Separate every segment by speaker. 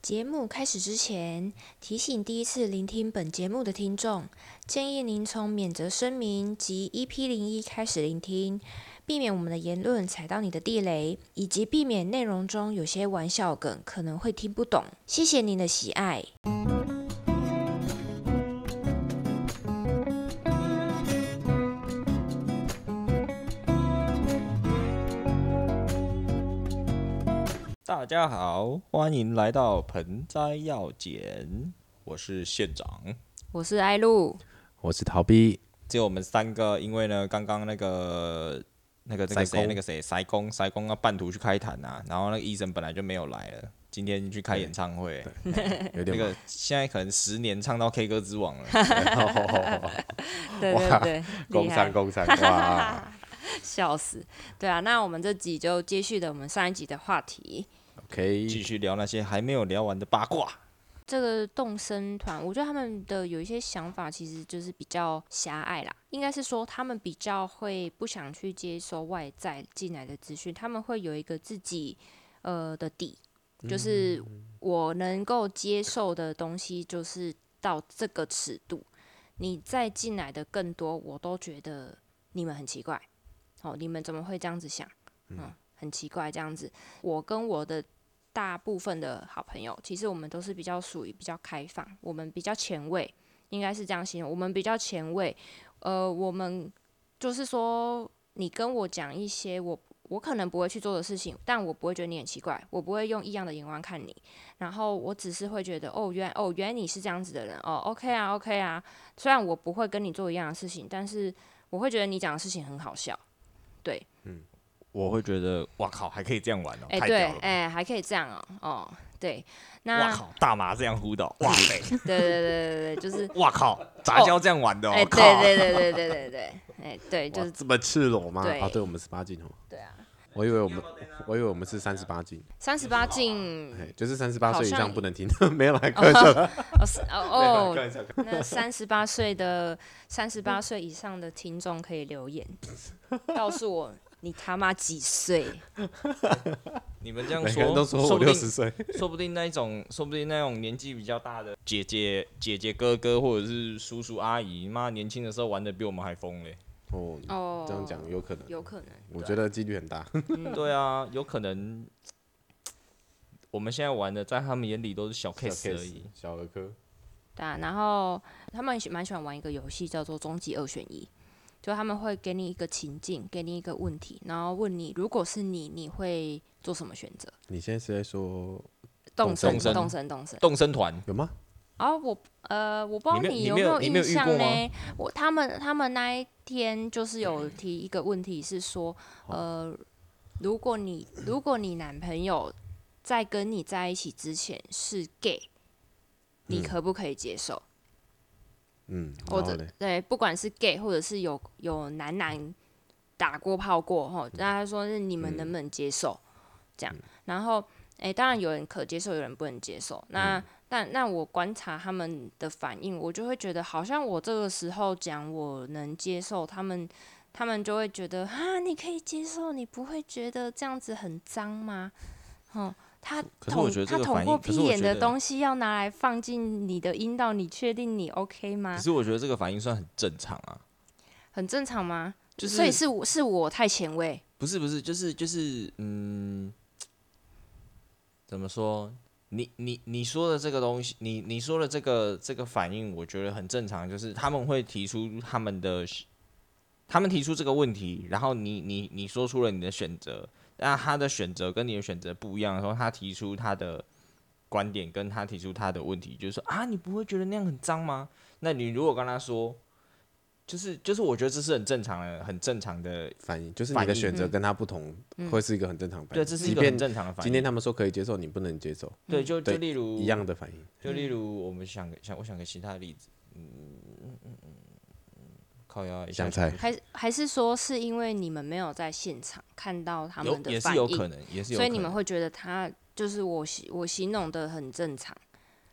Speaker 1: 节目开始之前，提醒第一次聆听本节目的听众，建议您从免责声明及 EP 零一开始聆听，避免我们的言论踩到你的地雷，以及避免内容中有些玩笑梗可能会听不懂。谢谢您的喜爱。
Speaker 2: 大家好，欢迎来到盆栽药简，我是县长。
Speaker 1: 我是艾露，
Speaker 3: 我是逃 避，
Speaker 2: 只有我们三个，因为呢，刚刚那个那个那个
Speaker 3: 塞
Speaker 2: 谁
Speaker 3: 工
Speaker 2: 那个谁塞工塞工要半途去开坛啊，然后那个医生本来就没有来了，今天去开演唱会，
Speaker 3: 有
Speaker 2: 那
Speaker 3: 点
Speaker 2: 个现在可能十年唱到 K 歌之 王了，
Speaker 1: 对
Speaker 3: 对哇
Speaker 1: 对，
Speaker 3: 工伤 工伤哇
Speaker 1: 笑死。对啊，那我们这集就接续的我们上一集的话题，
Speaker 2: 继
Speaker 3: ，OK，
Speaker 2: 续聊那些还没有聊完的八卦。
Speaker 1: 这个动身团，我觉得他们的有一些想法其实就是比较狭隘啦，应该是说他们比较会不想去接收外在进来的资讯，他们会有一个自己呃的底，就是我能够接受的东西就是到这个尺度，你再进来的更多，我都觉得你们很奇怪，哦，你们怎么会这样子想？嗯，很奇怪这样子，我跟我的大部分的好朋友，其实我们都是比较属于比较开放，我们比较前卫，应该是这样形容。我们比较前卫，呃，我们就是说，你跟我讲一些我我可能不会去做的事情，但我不会觉得你很奇怪，我不会用异样的眼光看你，然后我只是会觉得，哦，原哦原来你是这样子的人，哦，OK 啊，OK 啊。虽然我不会跟你做一样的事情，但是我会觉得你讲的事情很好笑。
Speaker 2: 我会觉得，哇靠，还可以这样玩哦，
Speaker 1: 哎、
Speaker 2: 太
Speaker 1: 对
Speaker 2: 屌，了！
Speaker 1: 哎、还可以这样哦，哦，对，
Speaker 2: 哇
Speaker 1: 那
Speaker 2: 靠，大麻这样呼的哦，哇 塞，
Speaker 1: 对对对对对，就是
Speaker 2: 哇靠，杂交这样玩的哦，
Speaker 1: 哎、
Speaker 2: 靠，
Speaker 1: 对对对对对对对，哎、对，就
Speaker 3: 哇
Speaker 1: 是
Speaker 3: 这么赤裸吗？
Speaker 1: 对
Speaker 3: 啊，对我们十八禁哦，
Speaker 1: 对啊，
Speaker 3: 我以为我们我以为我们是三十八禁，
Speaker 1: 三十八禁
Speaker 3: 哎，就是三十八
Speaker 1: 好
Speaker 3: 岁以
Speaker 1: 像
Speaker 3: 上不能听，没有啦，开玩笑的，
Speaker 1: 哦是哦哦，那三十八岁的三十八岁以上的听众可以留 言，告诉我你他妈几岁？
Speaker 2: 你们这样
Speaker 3: 每个
Speaker 2: 说，
Speaker 3: 人 都说
Speaker 2: 说不
Speaker 3: 我
Speaker 2: 定
Speaker 3: 六十岁，
Speaker 2: 说不定那一种，说不定那种年纪比较大的姐姐、姐姐、哥哥，或者是叔叔阿姨，妈年轻的时候玩的比我们还疯嘞。
Speaker 3: 哦，
Speaker 1: 哦，
Speaker 3: 这样讲有可能，
Speaker 1: 有可能，
Speaker 3: 我觉得几率很大，
Speaker 2: 对啊，有可能我们现在玩的，在他们眼里都是小 case 而已。
Speaker 3: 小儿科，
Speaker 1: 对啊，然后他们喜蛮喜欢玩一个游戏叫做“终极二选一”，就他们会给你一个情境，给你一个问题，然后问你，如果是你，你会做什么选择？
Speaker 3: 你现在是在说
Speaker 1: 动身，
Speaker 2: 身
Speaker 1: 动身，动身。
Speaker 2: 动身团
Speaker 3: 有吗？
Speaker 1: 啊，我呃，我不知道
Speaker 2: 你没有
Speaker 1: 有
Speaker 2: 你没有
Speaker 1: 印
Speaker 2: 你没有遇
Speaker 1: 象
Speaker 2: 过
Speaker 1: 呢。我他们他们那一天就是有提一个问题，是说，呃，如果你如果你男朋友在跟你在一起之前是 gay，你
Speaker 2: 嗯
Speaker 1: 可不可以接受？
Speaker 3: 嗯，
Speaker 1: 或
Speaker 3: 然后
Speaker 1: 者
Speaker 3: 嘞，
Speaker 1: 对，不管是 gay 或者是有有男男打过炮过吼，那他说是你们
Speaker 2: 嗯
Speaker 1: 能不能接受、这样？然后诶，当然有人可接受，有人不能接受。
Speaker 2: 嗯
Speaker 1: 那、但那我观察他们的反应，我就会觉得好像我这个时候讲我能接受，他们他们就会觉得啊，你可以接受，你不会觉得这样子很脏吗？哦，他
Speaker 2: 可是我
Speaker 1: 捅
Speaker 2: 觉得这
Speaker 1: 他
Speaker 2: 个
Speaker 1: 捅
Speaker 2: 反
Speaker 1: 破
Speaker 2: 应可是
Speaker 1: 屁
Speaker 2: 我
Speaker 1: 眼
Speaker 2: 觉
Speaker 1: 的
Speaker 2: 得
Speaker 1: 东西要拿来放进你的阴道，你确定你 OK 吗？
Speaker 2: 可是我觉得这个反应算很正常啊，
Speaker 1: 很正常吗？
Speaker 2: 就是
Speaker 1: 所以是我是我太前卫，
Speaker 2: 不是不是，就是就是嗯，怎么说？你你你说的这个东西，你你说的这个这个反应，我觉得很正常，就是他们会提出他们的，他们提出这个问题，然后你你你说出了你的选择，那他的选择跟你的选择不一样的时候，他提出他的观点，跟他提出他的问题，就是说啊，你不会觉得那样很脏吗？那你如果跟他说，就是就是，我觉得这是很正常的，很正常的
Speaker 3: 反应就是
Speaker 2: 反应
Speaker 3: 你的选择
Speaker 1: 嗯
Speaker 3: 跟他不同，会是一个很正常的反
Speaker 2: 对，
Speaker 3: 应，
Speaker 2: 这是一
Speaker 3: 即
Speaker 2: 个很
Speaker 3: 便
Speaker 2: 正常的反应。
Speaker 3: 今天他们说可以接受，你不能接受，
Speaker 2: 对，就就
Speaker 3: 对
Speaker 2: 例如
Speaker 3: 一，样的反应，
Speaker 2: 就例如我们想个想我想个其他的例子，嗯嗯嗯嗯，靠腰一下
Speaker 3: 香菜
Speaker 1: 还还是说是因为你们没有在现场看到他
Speaker 2: 有
Speaker 1: 们的
Speaker 2: 也
Speaker 1: 反
Speaker 2: 是
Speaker 1: 应，
Speaker 2: 有可能，也是有
Speaker 1: 所
Speaker 2: 可
Speaker 1: 以
Speaker 2: 能，
Speaker 1: 你们会觉得他就是我形我形容的很正常。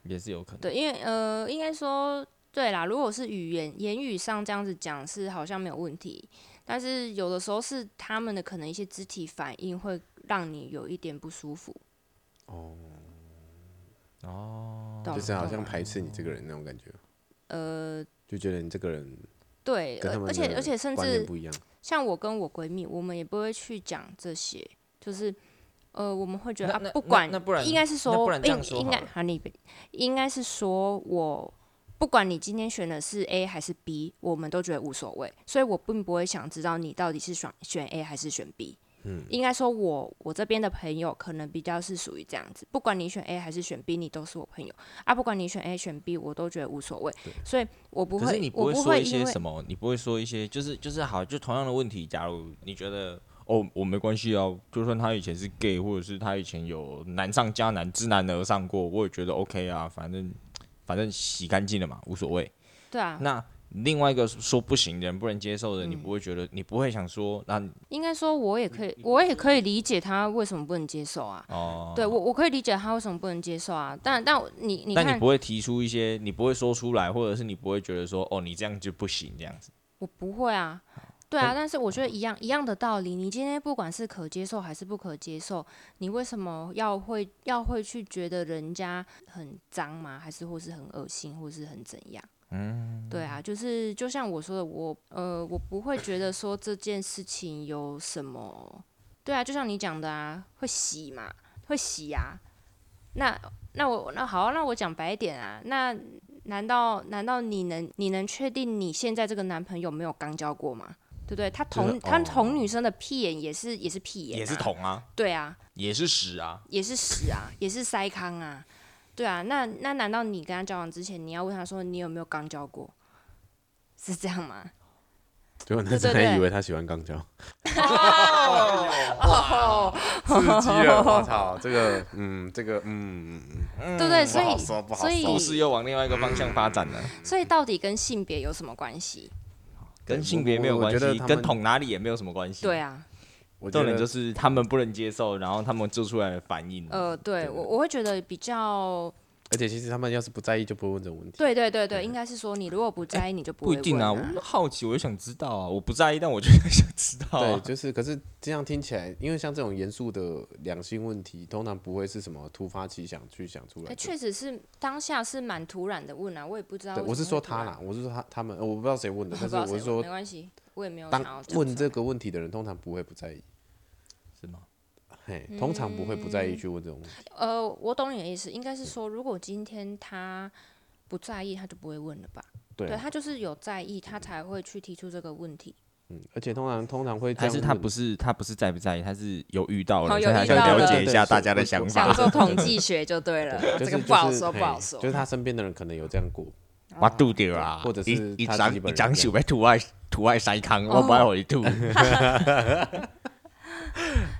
Speaker 2: 也是有可能，
Speaker 1: 对，因为呃，应该说对啦，如果是语言言语上这样子讲是好像没有问题，但是有的时候是他们的可能一些肢体反应会让你有一点不舒服。懂
Speaker 3: 哦就是好
Speaker 1: 懂
Speaker 3: 像排斥你这个人那种感觉，
Speaker 1: 呃，
Speaker 3: 就觉得你这个人
Speaker 1: 对，
Speaker 3: 跟他
Speaker 1: 呃
Speaker 3: 们
Speaker 1: 而且
Speaker 3: 的
Speaker 1: 而且甚
Speaker 3: 观念
Speaker 1: 至
Speaker 3: 不一样。
Speaker 1: 像我跟我闺蜜，我们也不会去讲这些，就是呃，我们会觉得
Speaker 2: 那
Speaker 1: 啊
Speaker 2: 那，
Speaker 1: 不管
Speaker 2: 那那不然
Speaker 1: 应该是
Speaker 2: 那
Speaker 1: 说
Speaker 2: 不然这样说
Speaker 1: 应应该
Speaker 2: 好了
Speaker 1: 好你应该是说我不管你今天选的是 A 还是 B，我们都觉得无所谓，所以我并不会想知道你到底是选选 A 还是选 B。嗯，应该说我我这边的朋友可能比较是属于这样子，不管你选 A 还是选 B，你都是我朋友啊。不管你选 A 选 B，我都觉得无所谓，所以我不
Speaker 2: 可
Speaker 1: 会
Speaker 2: 是你，不
Speaker 1: 我
Speaker 2: 会
Speaker 1: 不
Speaker 2: 说
Speaker 1: 会
Speaker 2: 一
Speaker 1: 因
Speaker 2: 些
Speaker 1: 为
Speaker 2: 什么，你不会说一些，就是就是好，就同样的问题，假如你觉得哦，我没关系啊，就算他以前是 gay，或者是他以前有难上加难、知难而上过，我也觉得 OK 啊，反正反正洗干净了嘛，无所谓。
Speaker 1: 对啊，
Speaker 2: 那另外一个说不行的人、不能接受的人，你不会觉得，你不会想说，那
Speaker 1: 应该说我也可以，我也可以理解他为什么不能接受啊。
Speaker 2: 哦，
Speaker 1: 对我，我可以理解他为什么不能接受啊。但但我你你
Speaker 2: 但
Speaker 1: 看
Speaker 2: 你，不会提出一些，你不会说出来，或者是你不会觉得说，哦，你这样就不行这样子。
Speaker 1: 我不会啊，对
Speaker 2: 哦
Speaker 1: 啊。但是我觉得一样一样的道理，你今天不管是可接受还是不可接受，你为什么要会要会去觉得人家很脏吗？还是或是很恶心，或是很怎样？嗯，对啊，就是就像我说的，我呃，我不会觉得说这件事情有什么，对啊，就像你讲的啊，会洗嘛，会洗啊。那那我那好啊、那我讲白一点啊，那难道难道你能你能确定你现在这个男朋友没有刚交过吗？对不对？他
Speaker 3: 就是
Speaker 1: 同、他
Speaker 3: 哦
Speaker 1: 同女生的屁眼也是也是屁眼、啊，
Speaker 2: 也是捅啊，
Speaker 1: 对啊，
Speaker 2: 也是屎啊，
Speaker 1: 也是屎啊，也是塞糠啊，对啊。那那难道你跟他交往之前，你要问他说你有没有刚交过？是这样吗？
Speaker 3: 结果男
Speaker 1: 对
Speaker 3: 生
Speaker 1: 对
Speaker 3: 还
Speaker 1: 对
Speaker 3: 以为他喜欢钢胶，
Speaker 1: 哦，
Speaker 3: 刺激了！我操，这个，嗯，这个，嗯，嗯
Speaker 1: 对不对？所
Speaker 3: 不好
Speaker 1: 以
Speaker 3: 说不好
Speaker 1: 所
Speaker 2: 故事
Speaker 1: 以
Speaker 2: 又往另外一个方向发展了。
Speaker 1: 所以到底跟性别有什么关系？
Speaker 2: 跟性别没有
Speaker 3: 我
Speaker 2: 关
Speaker 3: 我觉得
Speaker 2: 系，
Speaker 3: 他们
Speaker 2: 跟捅哪里也没有什么关系。
Speaker 1: 对，啊，
Speaker 3: 我觉
Speaker 2: 重点就
Speaker 3: 得
Speaker 2: 是他们不能接受，然后他们做出来的反应。
Speaker 1: 呃，对我我会觉得比较，
Speaker 3: 而且其实他们要是不在意，就不会问这个问题。
Speaker 1: 对对对对，应该是说你如果不在意，你就不
Speaker 2: 不
Speaker 1: 会
Speaker 2: 一定
Speaker 1: 问
Speaker 2: 啊，我好奇，我就想知道啊，我不在意，但我就是想知
Speaker 1: 哦
Speaker 2: 道
Speaker 3: 对，
Speaker 2: 啊。
Speaker 3: 就是，可是这样听起来，因为像这种严肃的两性问题，通常不会是什么突发奇想去想出来
Speaker 1: 哎，
Speaker 3: 的。
Speaker 1: 确实是当下是蛮突然的问啊，我也不知道为
Speaker 3: 对，
Speaker 1: 什么会突然。
Speaker 3: 我是说他啦，我是说他他们，呃我不知道谁问的，
Speaker 1: 我不知
Speaker 3: 但是
Speaker 1: 道
Speaker 3: 我
Speaker 1: 谁
Speaker 3: 是
Speaker 1: 问
Speaker 3: 说
Speaker 1: 没，关系，我也没有想要
Speaker 3: 当
Speaker 1: 讲出
Speaker 3: 问
Speaker 1: 来
Speaker 3: 这个问题的人，通常不会不在意，
Speaker 2: 是吗？
Speaker 3: 嘿，通常不会不在
Speaker 1: 嗯
Speaker 3: 意去问这种问题。
Speaker 1: 呃，我懂你的意思，应该是说，如果今天他不在意，他就不会问了吧？
Speaker 3: 对啊，
Speaker 1: 他就是有在意，他才会去提出这个问 题。
Speaker 3: 嗯，而且通常通常会这
Speaker 2: 还
Speaker 3: 样
Speaker 2: 是他
Speaker 3: 问
Speaker 2: 不是他不是在不在意，他是有遇到
Speaker 1: 哦
Speaker 2: 了，
Speaker 1: 有
Speaker 2: 所以他
Speaker 1: 遇
Speaker 2: 想
Speaker 1: 到
Speaker 2: 了
Speaker 1: 了
Speaker 2: 解一下
Speaker 3: 对
Speaker 2: 大家的
Speaker 3: 不
Speaker 2: 想
Speaker 3: 不
Speaker 2: 法。
Speaker 1: 做统计学就对 了
Speaker 3: 就是就是嘿就是他身边的人可能有这样过，
Speaker 1: 哦
Speaker 2: 我吐掉啊，
Speaker 3: 或者是
Speaker 2: 一一
Speaker 3: 他
Speaker 2: 张
Speaker 3: 自己本
Speaker 2: 一
Speaker 3: 人
Speaker 2: 张
Speaker 3: 这
Speaker 2: 手要吐爱吐爱塞康，
Speaker 1: 哦
Speaker 2: 我不爱回吐。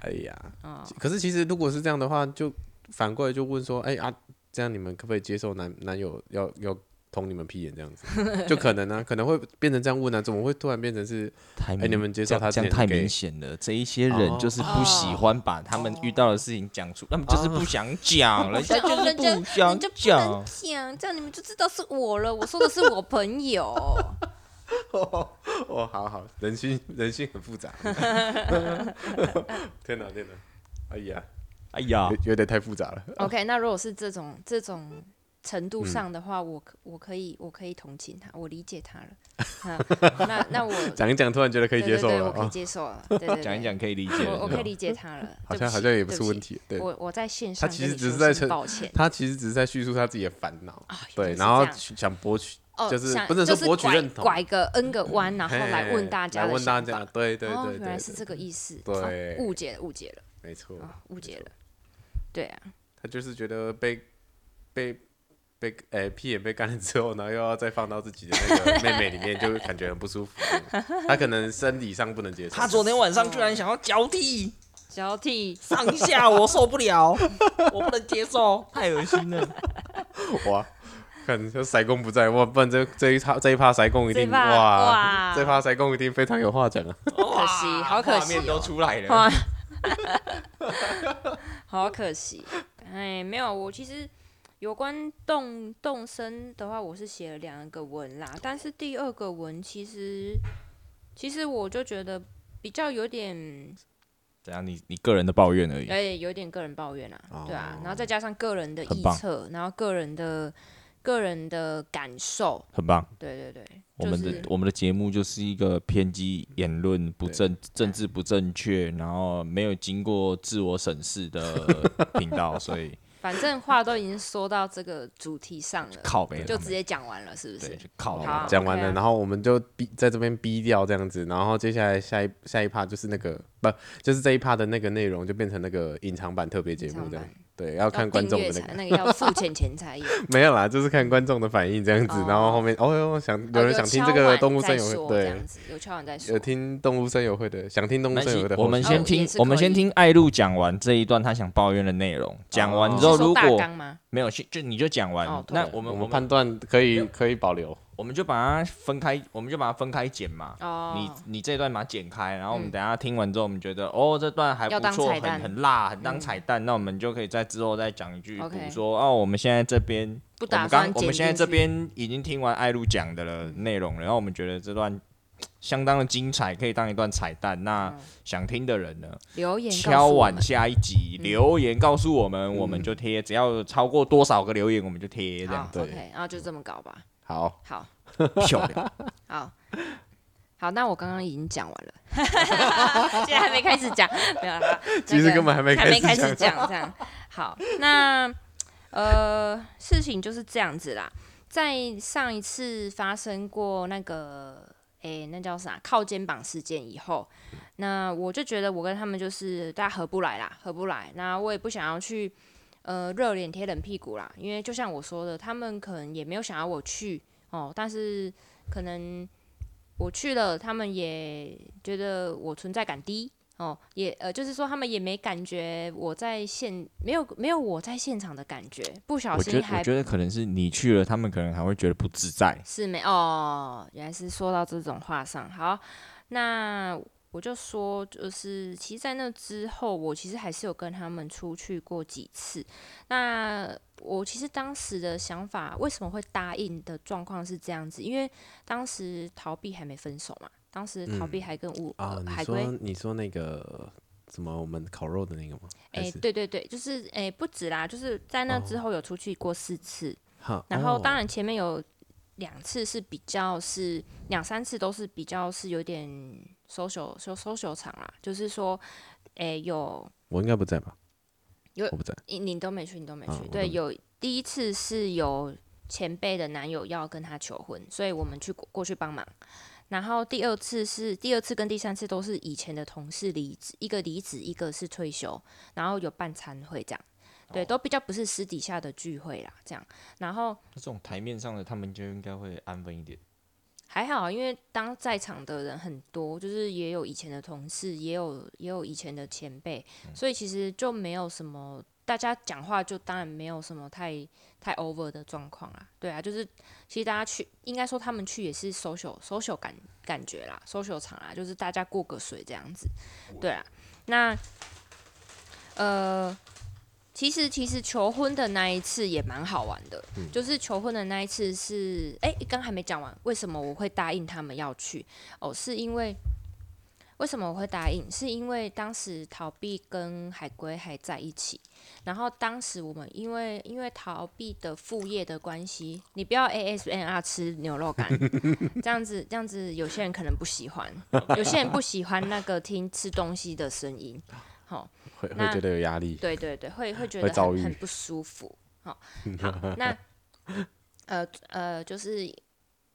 Speaker 3: 哎呀，
Speaker 1: 嗯
Speaker 3: 可是其实如果是这样的话，就反过来就问说，哎啊，这样你们可不可以接受男男友要要捅你们屁眼这样子？ 就可能呢、啊可能会变成这样问啊，怎么会突然变成是？
Speaker 2: 太
Speaker 3: 哎你们接受
Speaker 2: 这样
Speaker 3: 他之
Speaker 2: 这样
Speaker 3: 前哦
Speaker 2: 太
Speaker 3: 是 gay
Speaker 2: 明显了。这一些人就是不喜欢把他们遇到的事情讲出，他们就是不想讲，人家就是
Speaker 1: 哦人家
Speaker 2: 不想
Speaker 1: 你就不能
Speaker 2: 讲。
Speaker 1: 讲，这样你们就知道是我了。我说的是我朋友，
Speaker 3: 哦，好好，人心人心很复杂。 天哪，天哪，哎呀，
Speaker 2: 哎呀，
Speaker 3: 有有点太复杂了。
Speaker 1: OK，那如果是这种这种程
Speaker 3: 嗯
Speaker 1: 度上的话，我可我可以我可以同情他，我理解他了。 啊、那那我
Speaker 3: 讲一讲，突然觉得可以
Speaker 1: 对
Speaker 3: 接
Speaker 1: 对
Speaker 3: 受
Speaker 1: 对，
Speaker 3: 了
Speaker 1: 我可以
Speaker 3: 啊，
Speaker 1: 接受 了。对对对，
Speaker 2: 讲一讲可以理解
Speaker 1: 我
Speaker 2: 了
Speaker 1: 我可以
Speaker 2: 对吧
Speaker 1: 理解他了，
Speaker 3: 好
Speaker 1: 对
Speaker 3: 像
Speaker 1: 起
Speaker 3: 好像也不
Speaker 1: 对
Speaker 3: 是
Speaker 1: 起
Speaker 3: 问题。对，
Speaker 1: 我我在线
Speaker 3: 他
Speaker 1: 上
Speaker 3: 其
Speaker 1: 跟
Speaker 3: 实
Speaker 1: 你
Speaker 3: 只是
Speaker 1: 说
Speaker 3: 在
Speaker 1: 声
Speaker 3: 趁
Speaker 1: 抱歉
Speaker 3: 他其实只是在叙述他自己的烦恼，
Speaker 1: 啊，原
Speaker 3: 对，
Speaker 1: 来是
Speaker 3: 然后
Speaker 1: 这样
Speaker 3: 想博取
Speaker 1: 哦
Speaker 3: 就是
Speaker 1: 想
Speaker 3: 不能
Speaker 1: 就
Speaker 3: 说博取
Speaker 1: 拐
Speaker 3: 认同
Speaker 1: 拐个 N 个弯，然后
Speaker 3: 嘿
Speaker 1: 来问大家
Speaker 3: 来
Speaker 1: 的
Speaker 3: 问大
Speaker 1: 想
Speaker 3: 家，
Speaker 1: 法。
Speaker 3: 对对
Speaker 1: 哦，
Speaker 3: 对
Speaker 1: 原
Speaker 3: 对
Speaker 1: 来，是这个意思，
Speaker 3: 对
Speaker 1: 哦误解了，误解了，
Speaker 3: 没错，
Speaker 1: 啊，误解了，对啊，
Speaker 3: 他就是觉得被被被诶、屁眼被干了之后，然后又要再放到自己的那个妹妹里 面，就会感觉很不舒服。他可能生理上不能接受，
Speaker 2: 他昨天晚上居然想要交替
Speaker 1: 交替
Speaker 2: 上下，我受不了， 我不能接受，太恶心了。
Speaker 3: 哇，可能就塞工不在，哇，不然这这一趴这一趴塞工一
Speaker 1: 这一
Speaker 3: 定
Speaker 1: 趴
Speaker 3: 哇
Speaker 1: 哇，
Speaker 3: 这一趴塞工一定非常有话讲啊。
Speaker 1: 可惜好可
Speaker 2: 画
Speaker 1: 惜哦
Speaker 2: 面都出来
Speaker 1: 哇
Speaker 2: 了。，
Speaker 1: 好可惜。哎，没有，我其实有关动动身的话，我是写了两个文啦，但是第二个文其实其实我就觉得比较有点
Speaker 2: 怎样？你你个人的抱怨而已。
Speaker 1: 哎，有点个人抱怨啊，对
Speaker 3: 哦
Speaker 1: 啊，然后再加上个人的
Speaker 2: 很
Speaker 1: 臆
Speaker 2: 棒
Speaker 1: 测，然后个人的个人的感受，
Speaker 2: 很棒，
Speaker 1: 对对对，
Speaker 2: 我们
Speaker 1: 就
Speaker 2: 的
Speaker 1: 是
Speaker 2: 我们的节目就是一个偏激言论、不正
Speaker 1: 哎
Speaker 2: 政治不正确，然后没有经过自我审 视的频道，所以
Speaker 1: 反正话都已经说到这个主题上了，
Speaker 2: 靠北
Speaker 1: 就
Speaker 2: 他们
Speaker 1: 直接讲完了，是不
Speaker 2: 对
Speaker 1: 是？
Speaker 2: 就靠北
Speaker 1: 好啊
Speaker 3: 讲完
Speaker 1: OK
Speaker 3: 了，
Speaker 1: 啊
Speaker 3: 然后我们就逼在这边逼掉这样子，然后接下来下一下一趴就是那个不就是这一趴的那个内容就变成那个隐藏版特别节目这
Speaker 1: 隐藏
Speaker 3: 样
Speaker 1: 版，
Speaker 3: 对，要看观众的那
Speaker 1: 要
Speaker 3: 个
Speaker 1: 订阅才那个要付钱钱才有，
Speaker 3: 没有啦，就是看观众的反应这样子，
Speaker 1: 哦
Speaker 3: 然后后面哦哟想 有人想听这
Speaker 1: 啊有敲
Speaker 3: 个
Speaker 1: 碗
Speaker 3: 动物
Speaker 1: 再
Speaker 3: 声友
Speaker 1: 说
Speaker 3: 会，
Speaker 1: 这
Speaker 3: 对
Speaker 1: 样，子哦有敲完再说
Speaker 3: 有。听动物声友会的，想听动物
Speaker 2: 没
Speaker 3: 声友会
Speaker 2: 关系
Speaker 3: 的后续，
Speaker 2: 我们先
Speaker 1: 哦也
Speaker 2: 听
Speaker 1: 是，可以
Speaker 2: 我们先听艾露讲完这一段他想抱怨的内容，讲完
Speaker 3: 哦
Speaker 2: 之后
Speaker 1: 是说
Speaker 2: 如
Speaker 1: 大
Speaker 2: 果
Speaker 1: 纲吗？
Speaker 2: 没有，就就你就讲完
Speaker 1: 哦，对
Speaker 2: 那我们
Speaker 3: 我
Speaker 2: 我
Speaker 3: 们
Speaker 2: 们
Speaker 3: 判断可以可以保留，
Speaker 2: 我们就把它分开，我们就把它分开剪嘛。
Speaker 1: 哦，
Speaker 2: 你你这段把它剪开，然后我们
Speaker 1: 嗯
Speaker 2: 等一下听完之后，我们觉得哦这段还
Speaker 1: 要
Speaker 2: 不
Speaker 1: 当
Speaker 2: 错，
Speaker 1: 彩
Speaker 2: 很
Speaker 1: 蛋嗯
Speaker 2: 很辣，很当彩蛋，那我们就可以在之后再讲一句，比
Speaker 1: OK
Speaker 2: 如说哦我们现在这边
Speaker 1: 不
Speaker 2: 我
Speaker 1: 打
Speaker 2: 们
Speaker 1: 算
Speaker 2: 刚我
Speaker 1: 剪
Speaker 2: 们现在
Speaker 1: 进
Speaker 2: 这
Speaker 1: 去
Speaker 2: 边已经听完艾露讲的了内容了，然后我们觉得这段相当的精彩，可以当一段彩蛋。那
Speaker 1: 嗯
Speaker 2: 想听的人呢，
Speaker 1: 留言告诉
Speaker 2: 敲
Speaker 1: 我
Speaker 2: 碗
Speaker 1: 们嗯
Speaker 2: 下一集留言告诉我们，我们就贴，只要超过多少个留言我们就贴，这样
Speaker 1: 好
Speaker 3: 对
Speaker 1: OK，然后就这么搞吧。
Speaker 3: 好，
Speaker 1: 好，
Speaker 2: 漂亮。
Speaker 1: 好，好，那我刚刚已经讲完了， 现在还没开始讲， 没有啦。那
Speaker 3: 其实
Speaker 1: 个
Speaker 3: 根本还没
Speaker 1: 还没
Speaker 3: 开
Speaker 1: 开
Speaker 3: 始
Speaker 1: 始
Speaker 3: 讲
Speaker 1: 讲，这样好。那呃，事情就是这样子啦。在上一次发生过那个，诶、那叫啥靠肩膀事件以后，那我就觉得我跟他们就是大家合不来啦，合不来。那我也不想要去呃热脸贴冷屁股啦，因为就像我说的，他们可能也没有想要我去哦，但是可能我去了，他们也觉得我存在感低哦，也呃，就是说他们也没感觉我在现没有没有我在现场的感觉，不小
Speaker 2: 我觉
Speaker 1: 心
Speaker 2: 得我
Speaker 1: 还
Speaker 2: 觉得可能是你去了，他们可能还会觉得不自在。
Speaker 1: 是没哦，原来是说到这种话上。好，那我就说，就是其实，在那之后，我其实还是有跟他们出去过几次。那我其实当时的想法，为什么会答应的状况是这样子？因为当时逃避还没分手嘛，当时逃避还跟乌、
Speaker 3: 啊
Speaker 1: 呃，
Speaker 3: 你
Speaker 1: 海
Speaker 3: 说
Speaker 1: 龟
Speaker 3: 你说那个什么我们烤肉的那个吗？
Speaker 1: 哎、
Speaker 3: 还是哦
Speaker 1: 对对对，就是哎、不止啦，就是在那之后有出去过四次，
Speaker 3: 哈
Speaker 1: 然后当
Speaker 3: 哦
Speaker 1: 然前面有两次是比较是两三次都是比较是有点 social social social 场啦，就是说，诶、有
Speaker 3: 我应该不在吧？
Speaker 1: 有
Speaker 3: 我不在，
Speaker 1: 你你都没去，你都没去，
Speaker 3: 啊我都
Speaker 1: 对，
Speaker 3: 没
Speaker 1: 有第一次是有前辈的男友要跟她求婚，所以我们去过过去帮忙。然后第二次是第二次跟第三次都是以前的同事离职，一个离职，一个是退休，然后有办餐会这样，对，
Speaker 3: 哦
Speaker 1: 都比较不是私底下的聚会啦，这样。然后
Speaker 2: 这种台面上的，他们就应该会安分一点。
Speaker 1: 还好，因为当在场的人很多，就是也有以前的同事，也有也有以前的前辈，所以其实就没有什么大家讲话就当然没有什么太太 over 的状况啦。对啊，就是其实大家去，应该说他们去也是 social social 感感觉啦，social 场啦，就是大家过个水这样子。对啊，那呃。其实，其实求婚的那一次也蛮好玩的，就是求婚的那一次是，哎、刚还没讲完，为什么我会答应他们要去？哦，是因为为什么我会答应？是因为当时逃避跟海龟还在一起，然后当时我们因为因为逃避的副业的关系，你不要 ASMR 吃牛肉干， 这样子这样子，有些人可能不喜欢，有些人不喜欢那个听吃东西的声音。
Speaker 3: 会会
Speaker 1: 那
Speaker 3: 觉得有压力，
Speaker 1: 对对对，会会觉
Speaker 3: 会
Speaker 1: 得
Speaker 3: 遭
Speaker 1: 很
Speaker 3: 遇
Speaker 1: 很不舒服。好、 好，那呃呃，就是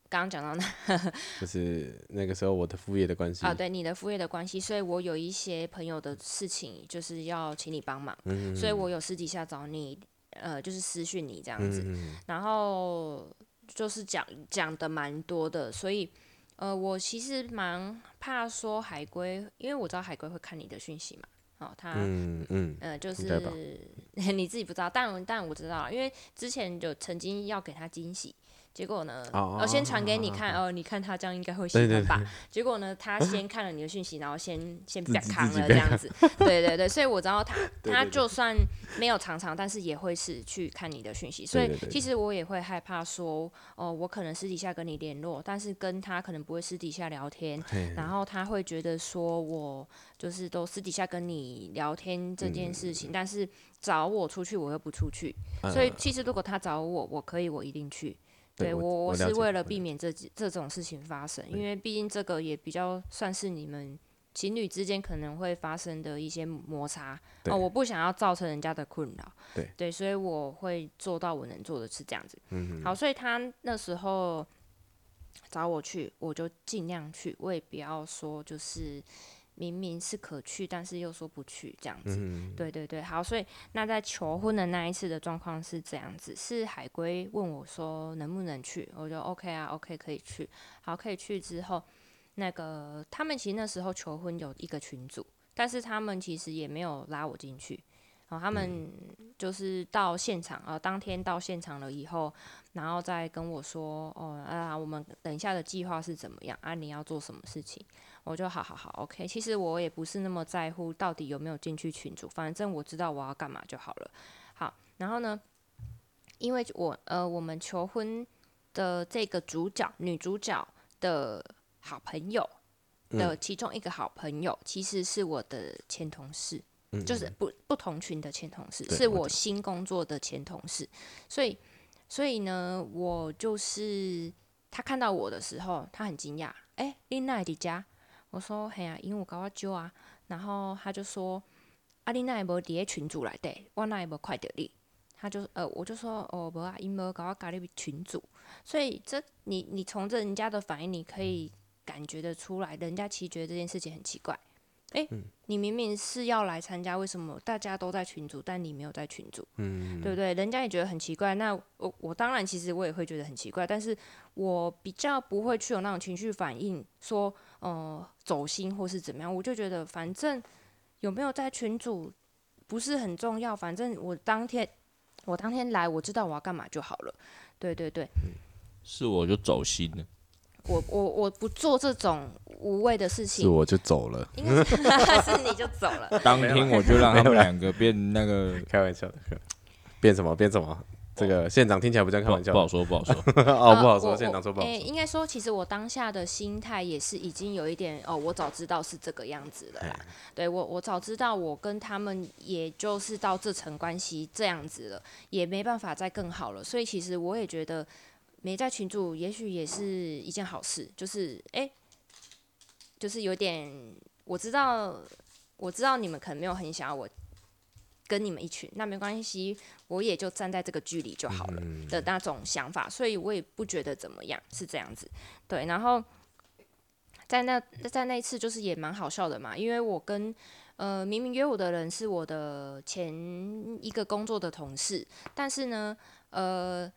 Speaker 1: 刚刚讲到那
Speaker 3: 就是那个时候我的副业的关系
Speaker 1: 啊，对你的副业的关系，所以我有一些朋友的事情，就是要请你帮忙，
Speaker 3: 嗯
Speaker 1: 所以我有私底下找你，呃，就是私讯你这样子，
Speaker 3: 嗯
Speaker 1: 然后就是讲讲的蛮多的，所以。呃，我其实蛮怕说海龟，因为我知道海龟会看你的讯息嘛，哦，他、
Speaker 3: 嗯嗯，
Speaker 1: 呃，就
Speaker 3: 应该吧
Speaker 1: 是你自己不知道，但但我知道了，因为之前有曾经要给他惊喜，结果呢，我、
Speaker 3: 哦
Speaker 1: 先传给你看，哦，你看他这样应该会喜
Speaker 3: 对
Speaker 1: 欢吧？
Speaker 3: 对对，
Speaker 1: 结果呢， 他先看了你的讯息，然后先先
Speaker 3: 自
Speaker 1: 不
Speaker 3: 己
Speaker 1: 想扛
Speaker 3: 自己
Speaker 1: 了
Speaker 3: 不
Speaker 1: 这
Speaker 3: 要
Speaker 1: 样 子。对对对，所以我知道他
Speaker 3: 对
Speaker 1: 他
Speaker 3: 对
Speaker 1: 就算没有常常，但是也会是去看你的讯息。所
Speaker 3: 对
Speaker 1: 以
Speaker 3: 对对
Speaker 1: 其实我也会害怕说，哦，我可能私底下跟你联络，但是跟他可能不会私底下聊天，
Speaker 3: 嘿
Speaker 1: 然后他会觉得说我就是都私底下跟你聊天这件事情，但是找我出去我又不出去，所以其实如果他找我，我可以我一定去。
Speaker 3: 嗯对
Speaker 1: 对
Speaker 3: 我
Speaker 1: 我，
Speaker 3: 我了
Speaker 1: 是
Speaker 3: 解
Speaker 1: 为
Speaker 3: 我
Speaker 1: 了
Speaker 3: 了
Speaker 1: 避免这几这种事情发生，因为毕竟这个也比较算是你们情侣之间可能会发生的一些摩擦
Speaker 3: 对
Speaker 1: 哦，我不想要造成人家的困扰，
Speaker 3: 对
Speaker 1: 所以我会做到我能做的是这样子。嗯，好，所以他那时候找我去，我就尽量去，我也不要说就是明明是可去，但是又说不去这样
Speaker 3: 嗯
Speaker 1: 子。对对对，好，所以那在求婚的那一次的状况是这样子，是海龟问我说能不能去，我就 OK 啊，OK 可以去，好可以去之后，那个他们其实那时候求婚有一个群组，但是他们其实也没有拉我进去。然后他们就是到现场，呃，当天到现场了以后，然后再跟我说，哦，啊，我们等一下的计划是怎么样啊？你要做什么事情？我就好好好，OK。其实我也不是那么在乎到底有没有进去群组，反正我知道我要干嘛就好了。好，然后呢，因为我呃，我们求婚的这个主角女主角的好朋友
Speaker 3: 嗯
Speaker 1: 的其中一个好朋友，其实是我的前同事。就是不不同群的前同事，
Speaker 3: 嗯对
Speaker 1: 是
Speaker 3: 我
Speaker 1: 我新工作的前同事，所以所以呢，我就是他看到我的时候，他很惊讶，哎、丽娜迪家，我说嘿呀、啊，因为我搞我揪啊，然后他就说，啊，丽娜也无伫咧群组内底，我那也无快着你，他就呃，我就说哦，无啊，因无搞我加入群组，所以这你你从这人家的反应，你可以感觉得出来，人家其实觉得这件事情很奇怪。哎、你明明是要来参加，为什么大家都在群组，但你没有在群组？嗯，对不对？人家也觉得很奇怪。那我我当然其实我也会觉得很奇怪，但是我比较不会去有那种情绪反应，说呃走心或是怎么样。我就觉得反正有没有在群组不是很重要，反正我当天我当天来，我知道我要干嘛就好了。对对对，
Speaker 2: 是我就走心了。
Speaker 1: 我我我不做这种无谓的事
Speaker 3: 是
Speaker 1: 情，
Speaker 3: 我就走了，
Speaker 1: 应该是是 你就走了。
Speaker 2: 当天我就让他们两个变那个，
Speaker 3: 开玩笑的，开玩笑变什么变什么？这个县长听起来不像 开
Speaker 2: 不好
Speaker 3: 玩笑
Speaker 2: 不
Speaker 3: 的，
Speaker 2: 好说，不好说。
Speaker 3: 哦，
Speaker 1: 呃
Speaker 3: 不好
Speaker 1: 我
Speaker 3: 说，
Speaker 1: 我
Speaker 3: 县长说不好
Speaker 1: 诶
Speaker 3: 说，
Speaker 1: 应该说，其实我当下的心态也是已经有一点哦，我早知道是这个样子了啦。对我，我早知道我跟他们也就是到这层关系这样子了，也没办法再更好了。所以其实我也觉得没在群主，也许也是一件好事，就是诶，就是有点我知道，我知道你们可能没有很想要我。跟你们一群，那没关系，我也就站在这个距离就好了。的那种想法，所以我也不觉得怎么样，是这样子。对，然后在那在那一次就是也蛮好笑的嘛，因为我跟呃明明约我的人是我的前一个工作的同事，但是呢，呃。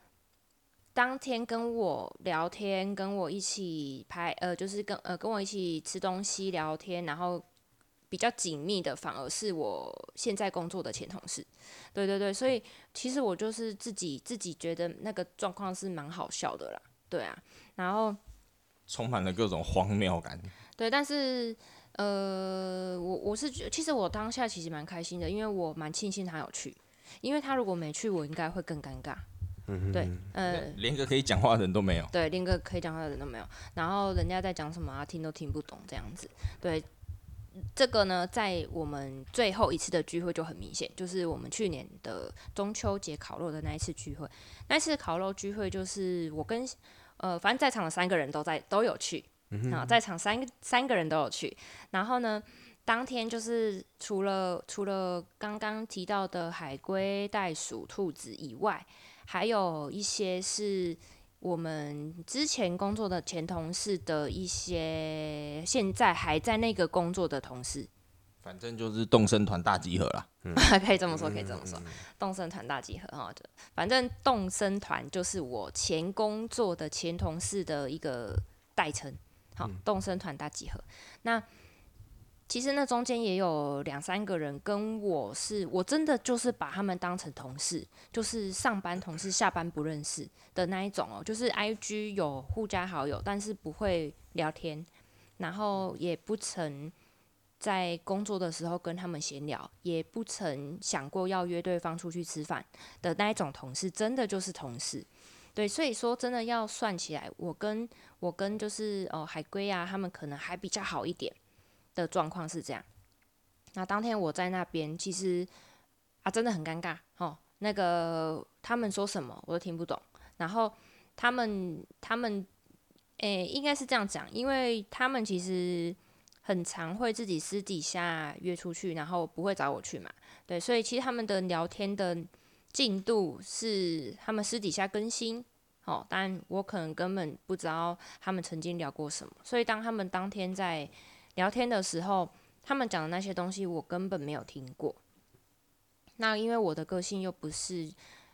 Speaker 1: 当天跟我聊天，跟我一起拍，呃，就是跟呃跟我一起吃东西聊天，然后比较紧密的，反而是我现在工作的前同事。对对对，所以其实我就是自己自己觉得那个状况是蛮好笑的啦，对啊，然后
Speaker 2: 充满了各种荒谬感。
Speaker 1: 对，但是呃，我我是觉，其实我当下其实蛮开心的，因为我蛮庆幸他有去，因为他如果没去，我应该会更尴尬。对，呃，
Speaker 2: 连个可以讲话的人都没有。
Speaker 1: 对，连个可以讲话的人都没有。然后人家在讲什么啊，听都听不懂这样子。对，这个呢，在我们最后一次的聚会就很明显，就是我们去年的中秋节烤肉的那一次聚会。那一次烤肉聚会，就是我跟呃，反正在场的三个人都在都有去，
Speaker 2: 嗯
Speaker 1: 啊、在场三三个人都有去。然后呢？当天就是除了除了刚刚提到的海龟、袋鼠、兔子以外，还有一些是我们之前工作的前同事的一些，现在还在那个工作的同事，
Speaker 2: 反正就是动身团大集合啦。
Speaker 1: 可以这么说，可以这么说，动身团大集合哈，就反正动身团就是我前工作的前同事的一个代称，好，动身团大集合。那其实那中间也有两三个人跟我是，我真的就是把他们当成同事，就是上班同事，下班不认识的那一种哦。就是 I G 有互加好友，但是不会聊天，然后也不曾在工作的时候跟他们闲聊，也不曾想过要约对方出去吃饭的那一种同事，真的就是同事。对，所以说真的要算起来，我跟我跟就是哦、呃海龟啊，他们可能还比较好一点的状况是这样。那当天我在那边，其实啊真的很尴尬哦。那个他们说什么我都听不懂，然后他们他们诶、应该是这样讲，因为他们其实很常会自己私底下约出去，然后不会找我去嘛。对，所以其实他们的聊天的进度是他们私底下更新，哦，但我可能根本不知道他们曾经聊过什么，所以当他们当天在聊天的时候，他们讲的那些东西我根本没有听过。那因为我的个性又不是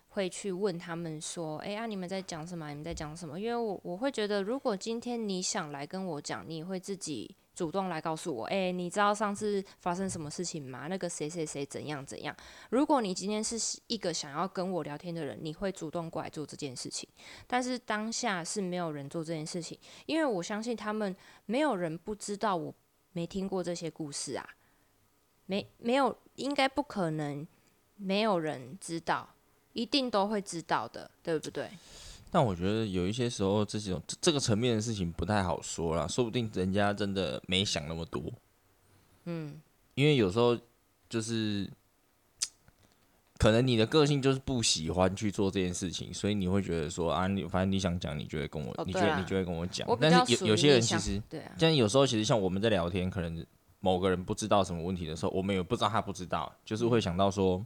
Speaker 1: 会去问他们说，诶，啊，你们在讲什么啊？你们在讲什么？因为我我会觉得，如果今天你想来跟我讲，你也会自己主动来告诉我，诶，你知道上次发生什么事情吗？那个谁谁谁怎样怎样。如果你今天是一个想要跟我聊天的人，你会主动过来做这件事情。但是当下是没有人做这件事情，因为我相信他们没有人不知道我没听过这些故事啊，没没有应该不可能没有人知道，一定都会知道的，对不对？
Speaker 2: 但我觉得有一些时候，这种这这个层面的事情不太好说啦，说不定人家真的没想那么多。嗯，
Speaker 1: 嗯
Speaker 2: 因为有时候就是，可能你的个性就是不喜欢去做这件事情，所以你会觉得说啊，你反正你想讲，你就会跟我，
Speaker 1: 哦
Speaker 2: 你就
Speaker 1: 对
Speaker 2: 会
Speaker 1: 啦
Speaker 2: 你就会跟我讲
Speaker 1: 我。比
Speaker 2: 但
Speaker 1: 较
Speaker 2: 是
Speaker 1: 属
Speaker 2: 有有
Speaker 1: 于
Speaker 2: 些人
Speaker 1: 内
Speaker 2: 其
Speaker 1: 向
Speaker 2: 实，
Speaker 1: 对啊，
Speaker 2: 像有时候其实像我们在聊天，可能某个人不知道什么问题的时候，我们也不知道他不知道，就是会想到说，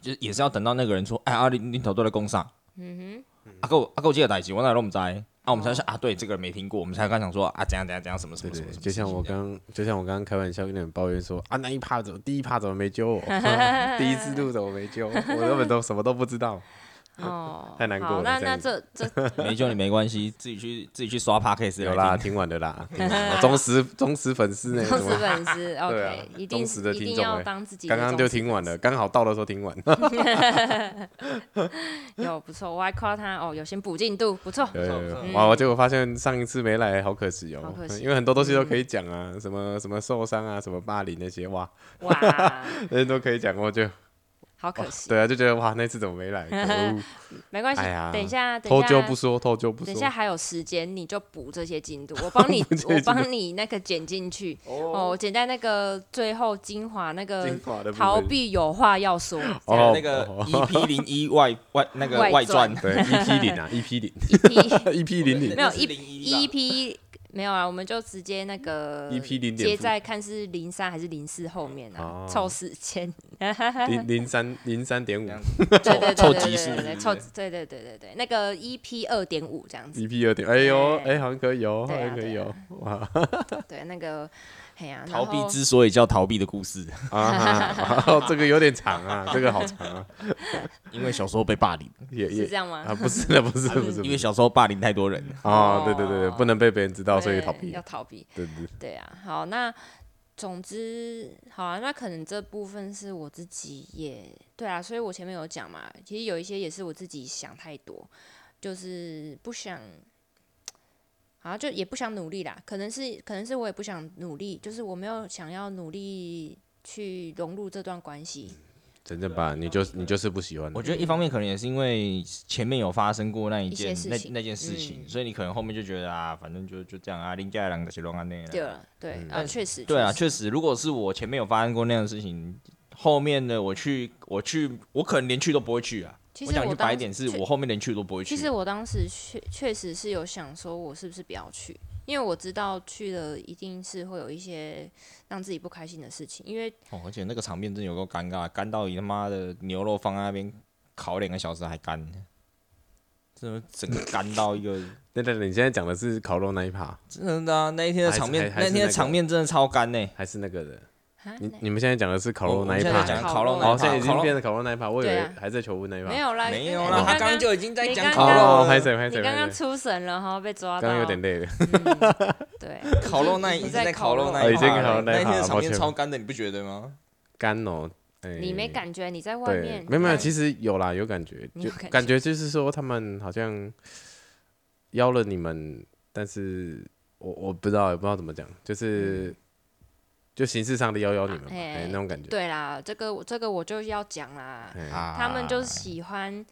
Speaker 2: 就是也是要等到那个人说，哎啊，你你头都在工上。
Speaker 1: 嗯
Speaker 2: 阿狗阿狗记得代志，我哪都不知道。啊，我们才想啊，对，这个人没听过，我们才刚想说啊，怎样怎样怎样，什么什
Speaker 3: 对
Speaker 2: 么什
Speaker 3: 哦
Speaker 2: 么，
Speaker 3: 对
Speaker 2: 什么
Speaker 3: 就像我
Speaker 2: 事情
Speaker 3: 刚，就像我刚刚开玩笑跟你们抱怨说啊，那一趴怎么第一趴怎么没揪我？ 第一次录怎么没揪？我根本都什么都不知道。
Speaker 1: 哼，哦，
Speaker 3: 太难过
Speaker 1: 好
Speaker 3: 了
Speaker 1: 那
Speaker 3: 这
Speaker 1: 那
Speaker 3: 样
Speaker 1: 这这
Speaker 2: 这样没救你没关系，自己去自己去刷 p a c k a g e
Speaker 3: 有啦，听完的啦，听完 了忠实忠实粉丝呢，
Speaker 1: 忠
Speaker 3: 怎
Speaker 1: 实
Speaker 3: 么
Speaker 1: 粉丝
Speaker 3: 对啊
Speaker 1: ，OK，一定
Speaker 3: 忠实的
Speaker 1: 一
Speaker 3: 听
Speaker 1: 定
Speaker 3: 众
Speaker 1: 要
Speaker 3: 欸
Speaker 1: 当自己的
Speaker 3: 刚刚
Speaker 1: 忠
Speaker 3: 就
Speaker 1: 实
Speaker 3: 听
Speaker 1: 粉
Speaker 3: 完
Speaker 1: 丝
Speaker 3: 了，刚好到的时候听完。
Speaker 1: 有不错，我还夸他哦，有先补进度，不错。
Speaker 3: 有有有
Speaker 1: 嗯
Speaker 3: 哇！我结果发现上一次没来，好可惜
Speaker 1: 好
Speaker 3: 哦
Speaker 1: 可，惜嗯
Speaker 3: 因为很多东西都可以讲啊，什么什么受伤啊，什么霸凌那些，哇，
Speaker 1: 哇，
Speaker 3: 那些都可以讲，我就
Speaker 1: 好可惜，
Speaker 3: 对啊，就觉得哇，那次怎么没 来？可恶
Speaker 1: 没关系
Speaker 3: 哎呀，
Speaker 1: 等一下，等一
Speaker 3: 偷
Speaker 1: 下，
Speaker 3: 揪不说，偷揪不
Speaker 1: 等一下
Speaker 3: 说。
Speaker 1: 还有时间，你就补这些进度，我帮你
Speaker 3: 补这，些
Speaker 1: 我
Speaker 3: 进度
Speaker 1: 帮你那个剪进去哦，我剪在那个最后精华那个
Speaker 3: 精华的
Speaker 1: 呃
Speaker 3: 部分
Speaker 1: 逃避有话要说，
Speaker 2: 哦
Speaker 3: 哦，
Speaker 2: 那个
Speaker 3: 哦
Speaker 2: EP 零一外外那个
Speaker 1: 外
Speaker 2: 外
Speaker 1: 传
Speaker 2: 传，
Speaker 3: 对 EP 零啊，EP 零
Speaker 1: 一 P
Speaker 3: ，EP 零 零
Speaker 1: 没有
Speaker 2: 那是
Speaker 1: 一
Speaker 2: 01吧
Speaker 1: EP 没有啊，我们就直接那个
Speaker 2: E
Speaker 3: EP 0.0
Speaker 1: 接在看是零三还是零四后面啊
Speaker 3: 哦，
Speaker 1: 凑时间，
Speaker 3: 零零三零三点五
Speaker 2: 这样
Speaker 1: 对对对
Speaker 2: 凑
Speaker 1: 对
Speaker 2: 集
Speaker 1: 对
Speaker 2: 数
Speaker 1: 对
Speaker 2: 是
Speaker 1: 对，
Speaker 2: 不
Speaker 1: 凑
Speaker 2: 是
Speaker 1: 对对对对对，那个 EP 二点五这样子。
Speaker 3: ，EP 二点，哎呦，
Speaker 1: 对
Speaker 3: 哎，好像可以哦，好
Speaker 1: 对啊
Speaker 3: 像可以哦，哇，
Speaker 1: 对，那个，哎呀、然
Speaker 2: 逃避
Speaker 1: 后
Speaker 2: 之所以叫逃避的故事，
Speaker 3: 啊哈，哦这个有点长 啊，这个好长啊，
Speaker 2: 因为小时候被霸凌，
Speaker 3: 也
Speaker 1: 是
Speaker 3: 也
Speaker 1: 这样吗？
Speaker 3: 啊，不是的，不是不是，
Speaker 2: 因为
Speaker 3: 不是
Speaker 2: 小时候霸凌太多人了。
Speaker 3: 啊，对对对对，
Speaker 1: 哦
Speaker 3: 不能被别人知道，所以
Speaker 1: 对
Speaker 3: 逃避
Speaker 1: 要，逃避，
Speaker 3: 对对对。
Speaker 1: 对啊。好，那总之，好啊，那可能这部分是我自己也对啊，所以我前面有讲嘛，其实有一些也是我自己想太多，就是不想。啊，就也不想努力啦，可能是可能是我也不想努力，就是我没有想要努力去融入这段关系，
Speaker 2: 嗯
Speaker 3: 真正
Speaker 1: 啊
Speaker 3: 吧，你就你就是不喜欢。
Speaker 2: 我觉得一方面可能也是因为前面有发生过那一
Speaker 1: 一些
Speaker 2: 件
Speaker 1: 事
Speaker 2: 那
Speaker 1: 情
Speaker 2: 那件事情，
Speaker 1: 嗯
Speaker 2: 所以你可能后面就觉得啊，反正就就这样啊，林家两个是乱安内
Speaker 1: 对了，对、啊，确实，
Speaker 2: 嗯对啊，确实，如果是我前面有发生过那样的事情，后面的我去，我去，我可能连去都不会去啊。
Speaker 1: 其
Speaker 2: 我
Speaker 1: 实
Speaker 2: 讲句
Speaker 1: 当
Speaker 2: 白一点，是
Speaker 1: 确
Speaker 2: 我后面连去都不会去。
Speaker 1: 其实我当时确确实是有想说，我是不是不要去？因为我知道去了一定是会有一些让自己不开心的事情，因为
Speaker 2: 哦，而且那个场面真的有够尴尬，干到你他妈的牛肉放在那边烤两个小时还干，真的整个干到一个
Speaker 3: 对对对，你现在讲的是烤肉那一趴，
Speaker 2: 真的啊！那一天的
Speaker 3: 还是
Speaker 2: 场面，
Speaker 3: 还还
Speaker 2: 那
Speaker 3: 是
Speaker 2: 天的
Speaker 3: 那个
Speaker 2: 场面真的超干呢、
Speaker 3: 还是那个的？
Speaker 1: 啊
Speaker 3: 你
Speaker 1: 那
Speaker 3: 你们现在讲的是烤
Speaker 2: 我
Speaker 3: 肉
Speaker 2: 我
Speaker 3: 那
Speaker 2: 们
Speaker 3: 一
Speaker 2: 现
Speaker 3: 趴
Speaker 2: 在，讲
Speaker 1: 烤
Speaker 2: 烤肉
Speaker 1: 肉
Speaker 2: 那
Speaker 3: 哦，
Speaker 2: 一
Speaker 3: 现在已
Speaker 2: 趴
Speaker 3: 经
Speaker 2: 烤
Speaker 3: 变
Speaker 2: 肉
Speaker 3: 成烤肉那一趴，我以
Speaker 1: 对
Speaker 3: 为
Speaker 1: 啊
Speaker 3: 还在求婚那一趴。
Speaker 1: 没有啦，
Speaker 2: 没
Speaker 1: 因
Speaker 2: 有
Speaker 1: 为
Speaker 2: 啦，
Speaker 1: 你
Speaker 2: 他刚
Speaker 1: 刚
Speaker 2: 刚就已经在
Speaker 1: 你
Speaker 2: 讲
Speaker 1: 刚
Speaker 2: 烤
Speaker 1: 刚
Speaker 2: 肉
Speaker 3: 哦，
Speaker 2: 了。
Speaker 3: 拍谁拍
Speaker 1: 你
Speaker 3: 谁
Speaker 1: 刚
Speaker 3: 拍
Speaker 1: 刚
Speaker 3: 谁？
Speaker 1: 出神了哈，被抓到。
Speaker 3: 刚刚有点累了，
Speaker 1: 嗯对，
Speaker 2: 烤肉那
Speaker 1: 已
Speaker 2: 已
Speaker 1: 经
Speaker 2: 经
Speaker 1: 在
Speaker 2: 在
Speaker 1: 烤
Speaker 2: 烤
Speaker 1: 肉
Speaker 2: 肉
Speaker 3: 哦
Speaker 2: 那
Speaker 3: 已经
Speaker 2: 趴了
Speaker 3: 烤肉那一
Speaker 2: 那一
Speaker 3: 趴
Speaker 2: 天的
Speaker 3: 了抱
Speaker 2: 场面
Speaker 3: 歉
Speaker 2: 超干的，你不觉得吗？
Speaker 3: 干哦。哎
Speaker 1: 你没感觉你在外
Speaker 3: 对
Speaker 1: 面，，
Speaker 3: 没有没有，其
Speaker 1: 实
Speaker 3: 实有啦，有感觉，
Speaker 1: 你
Speaker 3: 就
Speaker 1: 有感
Speaker 3: 感觉就是说他们好像邀了你们，但是我我不知道，也不知道怎么讲，就是就形式上的邀邀你们嘛，
Speaker 1: 嗯啊哎
Speaker 3: 哎，那种感觉。
Speaker 1: 对啦，这个我这个我就要讲啦，
Speaker 3: 哎
Speaker 2: 啊
Speaker 1: 他们就是喜欢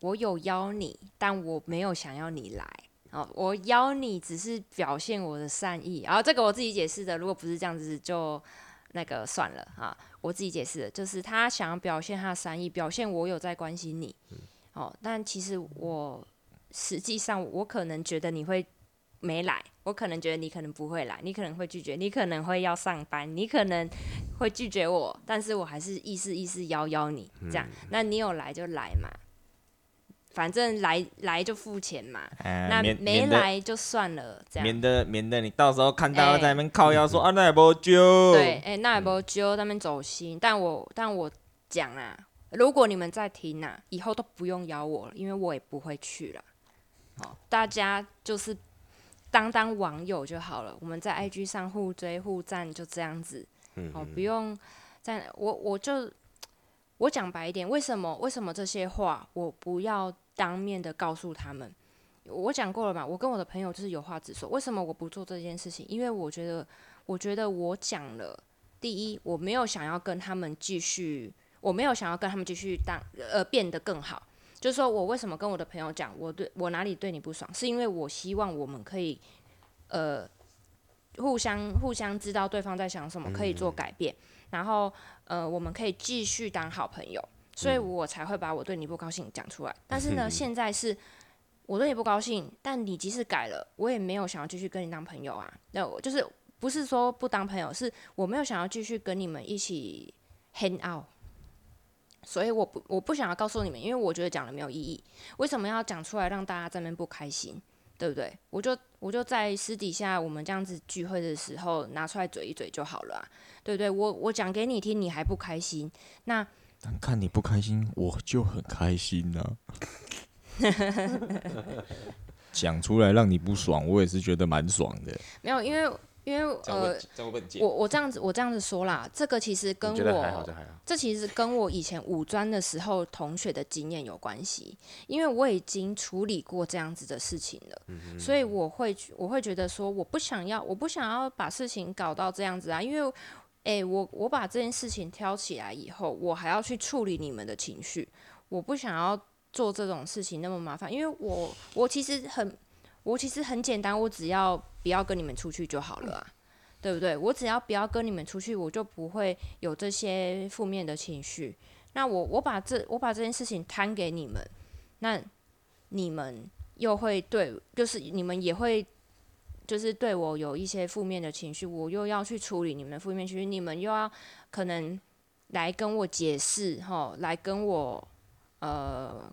Speaker 1: 我有邀你，但我没有想要你来。哦，我邀你只是表现我的善意，然后这个我自己解释的，如果不是这样子就那个算了啊，我自己解释的，就是他想要表现他的善意，表现我有在关心你，哦，但其实我实际上我可能觉得你会没来，我可能觉得你可能不会来，你可能会拒绝，你可能会要上班，你可能会拒绝我，但是我还是意思意思邀邀你这样，
Speaker 2: 嗯
Speaker 1: 那你有来就来嘛，反正来来就付钱嘛，
Speaker 2: 哎
Speaker 1: 那
Speaker 2: 免
Speaker 1: 没
Speaker 2: 免得
Speaker 1: 来就算了这样。
Speaker 2: 免得免得你到时候看到
Speaker 1: 哎
Speaker 2: 在那边靠腰说啊那也不救，
Speaker 1: 对，哎、那也不就那边走心，但我但我讲啊，如果你们在听啊，以后都不用邀我了，因为我也不会去了。好，大家就是当当网友就好了，我们在 IG 上互追互赞就这样子，哦，不用在我我就我讲白一点，为什么为什么这些话我不要当面的告诉他们？我讲过了嘛，我跟我的朋友就是有话直说。为什么我不做这件事情？因为我觉得，我觉得我讲了，第一，我没有想要跟他们继续，我没有想要跟他们继续当呃变得更好。就是说我为什么跟我的朋友讲，我对我哪里对你不爽，是因为我希望我们可以呃互相互相知道对方在想什么，可以做改变，然后呃我们可以继续当好朋友，所以我才会把我对你不高兴讲出来。但是呢，现在是。我对你不高兴，但你即使改了，我也没有想要继续跟你当朋友啊。那我就是不是说不当朋友，是我没有想要继续跟你们一起 hang out，所以我不我不想要告诉你们，因为我觉得讲了没有意义。为什么要讲出来让大家在那边不开心，对不对？我就我就在私底下我们这样子聚会的时候拿出来嘴一嘴就好了、啊，对不对？我我讲给你听，你还不开心，那
Speaker 2: 但看你不开心，我就很开心啊呐、 讲出来让你不爽，我也是觉得蛮爽的。
Speaker 1: 没有，因为因为呃，
Speaker 2: 这样问
Speaker 1: 我我这样子我这样子说啦，这个其实跟
Speaker 3: 你觉得还好
Speaker 1: 我
Speaker 3: 就还好。
Speaker 1: 这其实跟我以前五专的时候同学的经验有关系，因为我已经处理过这样子的事情了，所以我会觉我会觉得说，我不想要，我不想要把事情搞到这样子啊，因为，诶，我我把这件事情挑起来以后，我还要去处理你们的情绪，我不想要做这种事情那么麻烦，因为我我其实很我其实很简单，我只要不要跟你们出去就好了啊。对不对？我只要不要跟你们出去，我就不会有这些负面的情绪。那我我把这我把这件事情摊给你们，那你们又会对，就是你们也会就是对我有一些负面的情绪，我又要去处理你们的负面情绪，你们又要可能来跟我解释哈，来跟我呃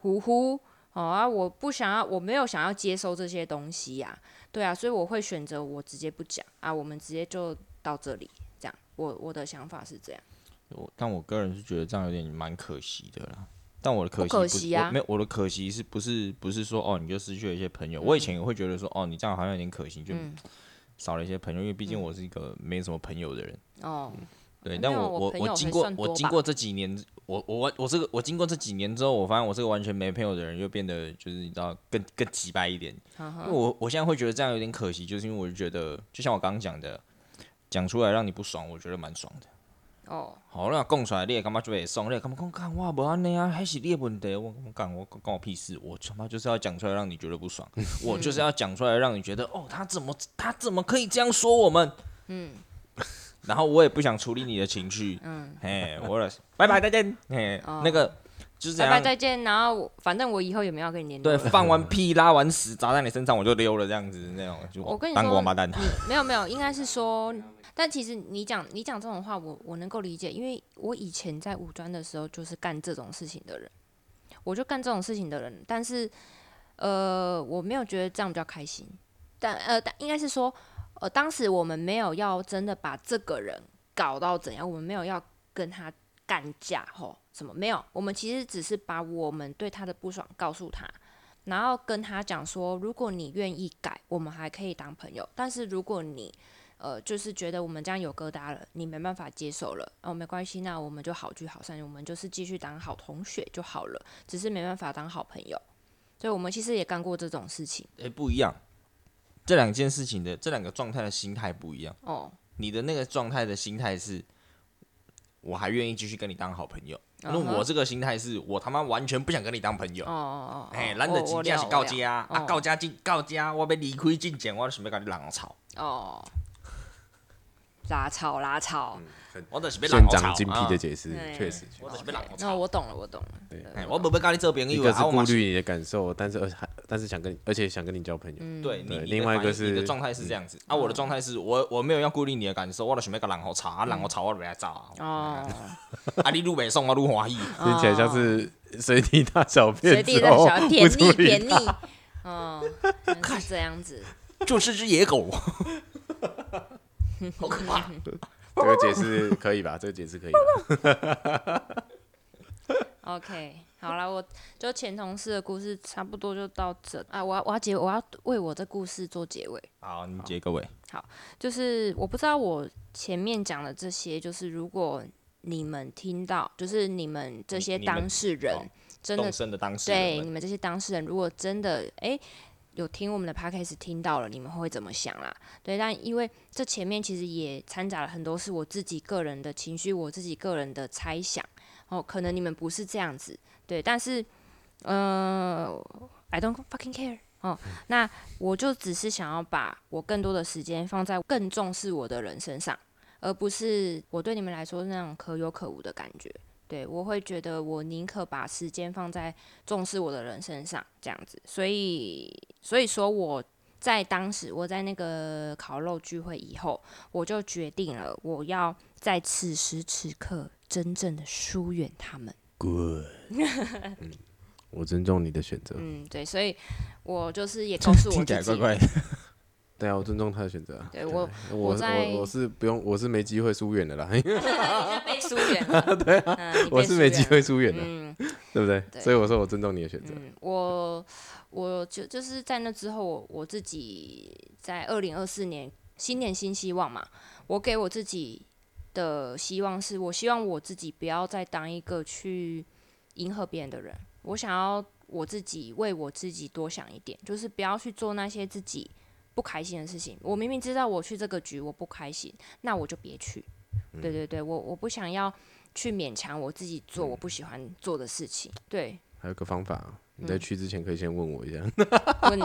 Speaker 1: 呼呼哦啊，我不想要，我没有想要接收这些东西呀、对啊，所以我会选择我直接不讲啊，我们直接就到这里。这样，我我的想法是这样。
Speaker 2: 我但我个人是觉得这样有点蛮可惜的啦。但我的可惜
Speaker 1: 不可
Speaker 2: 是
Speaker 1: 惜啊
Speaker 2: 我没有我的可惜是不是不是说哦你就失去了一些朋友？我以前也会觉得说哦你这样好像有点可惜，就
Speaker 1: 嗯
Speaker 2: 少了一些朋友，因为毕竟我是一个没什么朋友的人。
Speaker 1: 哦，
Speaker 2: 对，
Speaker 1: 没
Speaker 2: 但
Speaker 1: 有
Speaker 2: 我
Speaker 1: 我
Speaker 2: 我
Speaker 1: 朋
Speaker 2: 我
Speaker 1: 友
Speaker 2: 经
Speaker 1: 还
Speaker 2: 过
Speaker 1: 算
Speaker 2: 我
Speaker 1: 多
Speaker 2: 经
Speaker 1: 吧
Speaker 2: 过这几年，我我完我这个我经过这几年之后，我发现我这个完全没朋友的人，又变得就是你知道更更急掰一点。
Speaker 1: 哈
Speaker 2: 因
Speaker 1: 哈
Speaker 2: 为，我我现在会觉得这样有点可惜，就是因为我就觉得，就像我刚刚讲的，讲出来让你不爽，我觉得蛮爽的。
Speaker 1: 哦，
Speaker 2: 好，那讲出来你也感觉就会爽，你也感觉讲干我无安尼啊，还是你的问题，我我讲我关我屁事，我他妈就是要讲出来让你觉得不爽，
Speaker 1: 嗯
Speaker 2: 我就是要讲出来让你觉得哦，他怎么他怎么可以这样说我们？嗯， 然后我也不想处理你的情绪，嗯，嘿，我也是拜拜再见，嘿，那个就是这
Speaker 1: 拜
Speaker 2: 样，
Speaker 1: 哦拜，再见。然后我，反正我以后也没有跟你联络
Speaker 2: 对，
Speaker 1: 了。
Speaker 2: 放完屁拉完屎砸在你身上我就溜了，这样子那种，就
Speaker 1: 我跟你
Speaker 2: 当个
Speaker 1: 说
Speaker 2: 王八蛋。
Speaker 1: 你嗯没有没有，应该是说，但其实你讲你讲这种话，我我能够理解，因为我以前在五专的时候就是干这种事情的人，我就干这种事情的人，但是呃，我没有觉得这样比较开心，但呃，但应该是说，呃，当时我们没有要真的把这个人搞到怎样，我们没有要跟他干架吼，什么没有，我们其实只是把我们对他的不爽告诉他，然后跟他讲说，如果你愿意改，我们还可以当朋友，但是如果你呃，就是觉得我们这样有疙瘩了，你没办法接受了，哦，没关系，那我们就好聚好散，我们就是继续当好同学就好了，只是没办法当好朋友。所以我们其实也干过这种事情
Speaker 2: 诶、哎不一样。这两件事情的这两个状态的心态不一样。
Speaker 1: 哦，
Speaker 2: 你的那个状态的心态是，我还愿意继续跟你当好朋友。那、
Speaker 1: 嗯哼
Speaker 2: 我这个心态是我他妈完全不想跟你当朋友。
Speaker 1: 哦哦哦，
Speaker 2: 哎，
Speaker 1: 懒
Speaker 2: 咱就真正是告家啊，
Speaker 1: 哦
Speaker 2: 告家进告家，我要离开进前，我就想要甲你人吵，
Speaker 1: 哦，拉草拉草，
Speaker 2: 我就是要
Speaker 3: 现
Speaker 2: 人吵
Speaker 3: 长精辟的
Speaker 2: 啊。
Speaker 3: 解释，
Speaker 1: 哎
Speaker 3: 确实。
Speaker 2: 我就是
Speaker 1: OK，
Speaker 2: 要人
Speaker 1: 那
Speaker 2: 吵。
Speaker 1: 哦我懂了，我懂了。
Speaker 3: 对
Speaker 2: 哎，我无要甲你做朋
Speaker 3: 一
Speaker 2: 友
Speaker 3: 个
Speaker 2: 啊，
Speaker 3: 是
Speaker 2: 啊我
Speaker 3: 顾
Speaker 2: 嘛是
Speaker 3: 虑你的感受，但是而还但是想跟你，而且想跟你交朋
Speaker 1: 嗯
Speaker 3: 友。
Speaker 2: 对你
Speaker 3: 对
Speaker 2: 你
Speaker 3: 另
Speaker 2: 的
Speaker 3: 外一
Speaker 2: 反
Speaker 3: 个
Speaker 2: 应你的
Speaker 3: 是嗯
Speaker 2: 状态是这样子啊，我的状态是我我没有要顾虑你的感受，我就想要甲人好吵啊，人好吵我就袂走啊，
Speaker 1: 哦，
Speaker 2: 啊你愈袂爽我愈欢 喜。
Speaker 3: 听起来像是随地大小
Speaker 1: 随
Speaker 3: 便
Speaker 1: 地
Speaker 3: 之
Speaker 1: 大
Speaker 3: 后
Speaker 1: 小
Speaker 3: 不
Speaker 1: 便，
Speaker 3: 处
Speaker 1: 甜腻
Speaker 3: 理
Speaker 1: 甜腻，哦，原来是这样子。
Speaker 2: 就是只野 狗，好可怕！
Speaker 3: 这个解释可以吧？这个解释 可以吧。
Speaker 1: OK，好了，我就前同事的故事差不多就到这啊，我要我要结，我要为我的故事做结尾。
Speaker 2: 好，你接各位，
Speaker 1: 就是我不知道我前面讲的这些，就是如果你们听到，就是你们这
Speaker 2: 你
Speaker 1: 些
Speaker 2: 你
Speaker 1: 当
Speaker 2: 们
Speaker 1: 事人
Speaker 2: 哦
Speaker 1: 真的
Speaker 2: 动身的当事
Speaker 1: 对
Speaker 2: 人
Speaker 1: 你
Speaker 2: 们，
Speaker 1: 们这些当事人，如果真的诶有听我们的 podcast 听到了，你们会怎么想啦？对，但因为这前面其实也掺杂了很多是我自己个人的情绪，我自己个人的猜想哦，可能你们不是这样子，对，但是呃，I don't fucking care 哦，那我就只是想要把我更多的时间放在更重视我的人身上，而不是我对你们来说那种可有可无的感觉。对，我会觉得我宁可把时间放在重视我的人身上，这样子。所以，所以说我在当时我在那个烤肉聚会以后，我就决定了，我要在此时此刻真正的疏远他们。
Speaker 3: Good，我嗯尊重你的选择。
Speaker 1: 嗯，对，所以我就是也告诉我
Speaker 2: 听起
Speaker 1: 自
Speaker 2: 来怪
Speaker 1: 己，
Speaker 2: 怪的。
Speaker 3: 对啊，我尊重他的选择啊。
Speaker 1: 对我
Speaker 3: 我
Speaker 1: 我
Speaker 3: 我
Speaker 1: 在
Speaker 3: 我是不用，我是没机会疏远的啦，
Speaker 1: 你就被疏远了。对啊，嗯、你被
Speaker 3: 我是
Speaker 1: 疏
Speaker 3: 没
Speaker 1: 远
Speaker 3: 机
Speaker 1: 了
Speaker 3: 会疏远的，
Speaker 1: 嗯，
Speaker 3: 对不
Speaker 1: 对
Speaker 3: 对？所以我说我尊重你的选择。
Speaker 1: 嗯，我我就就是在那之后，我我自己在二零二四年新年新希望嘛，我给我自己的希望是我希望我自己不要再当一个去迎合别人的人，我想要我自己为我自己多想一点，就是不要去做那些自己不开心的事情。我明明知道我去这个局我不开心，那我就别去。对对对，我我不想要去勉强我自己做我不喜欢做的事情。对，
Speaker 3: 还有个方法啊，你
Speaker 1: 嗯
Speaker 3: 在去之前可以先问我 一下，
Speaker 1: 问你，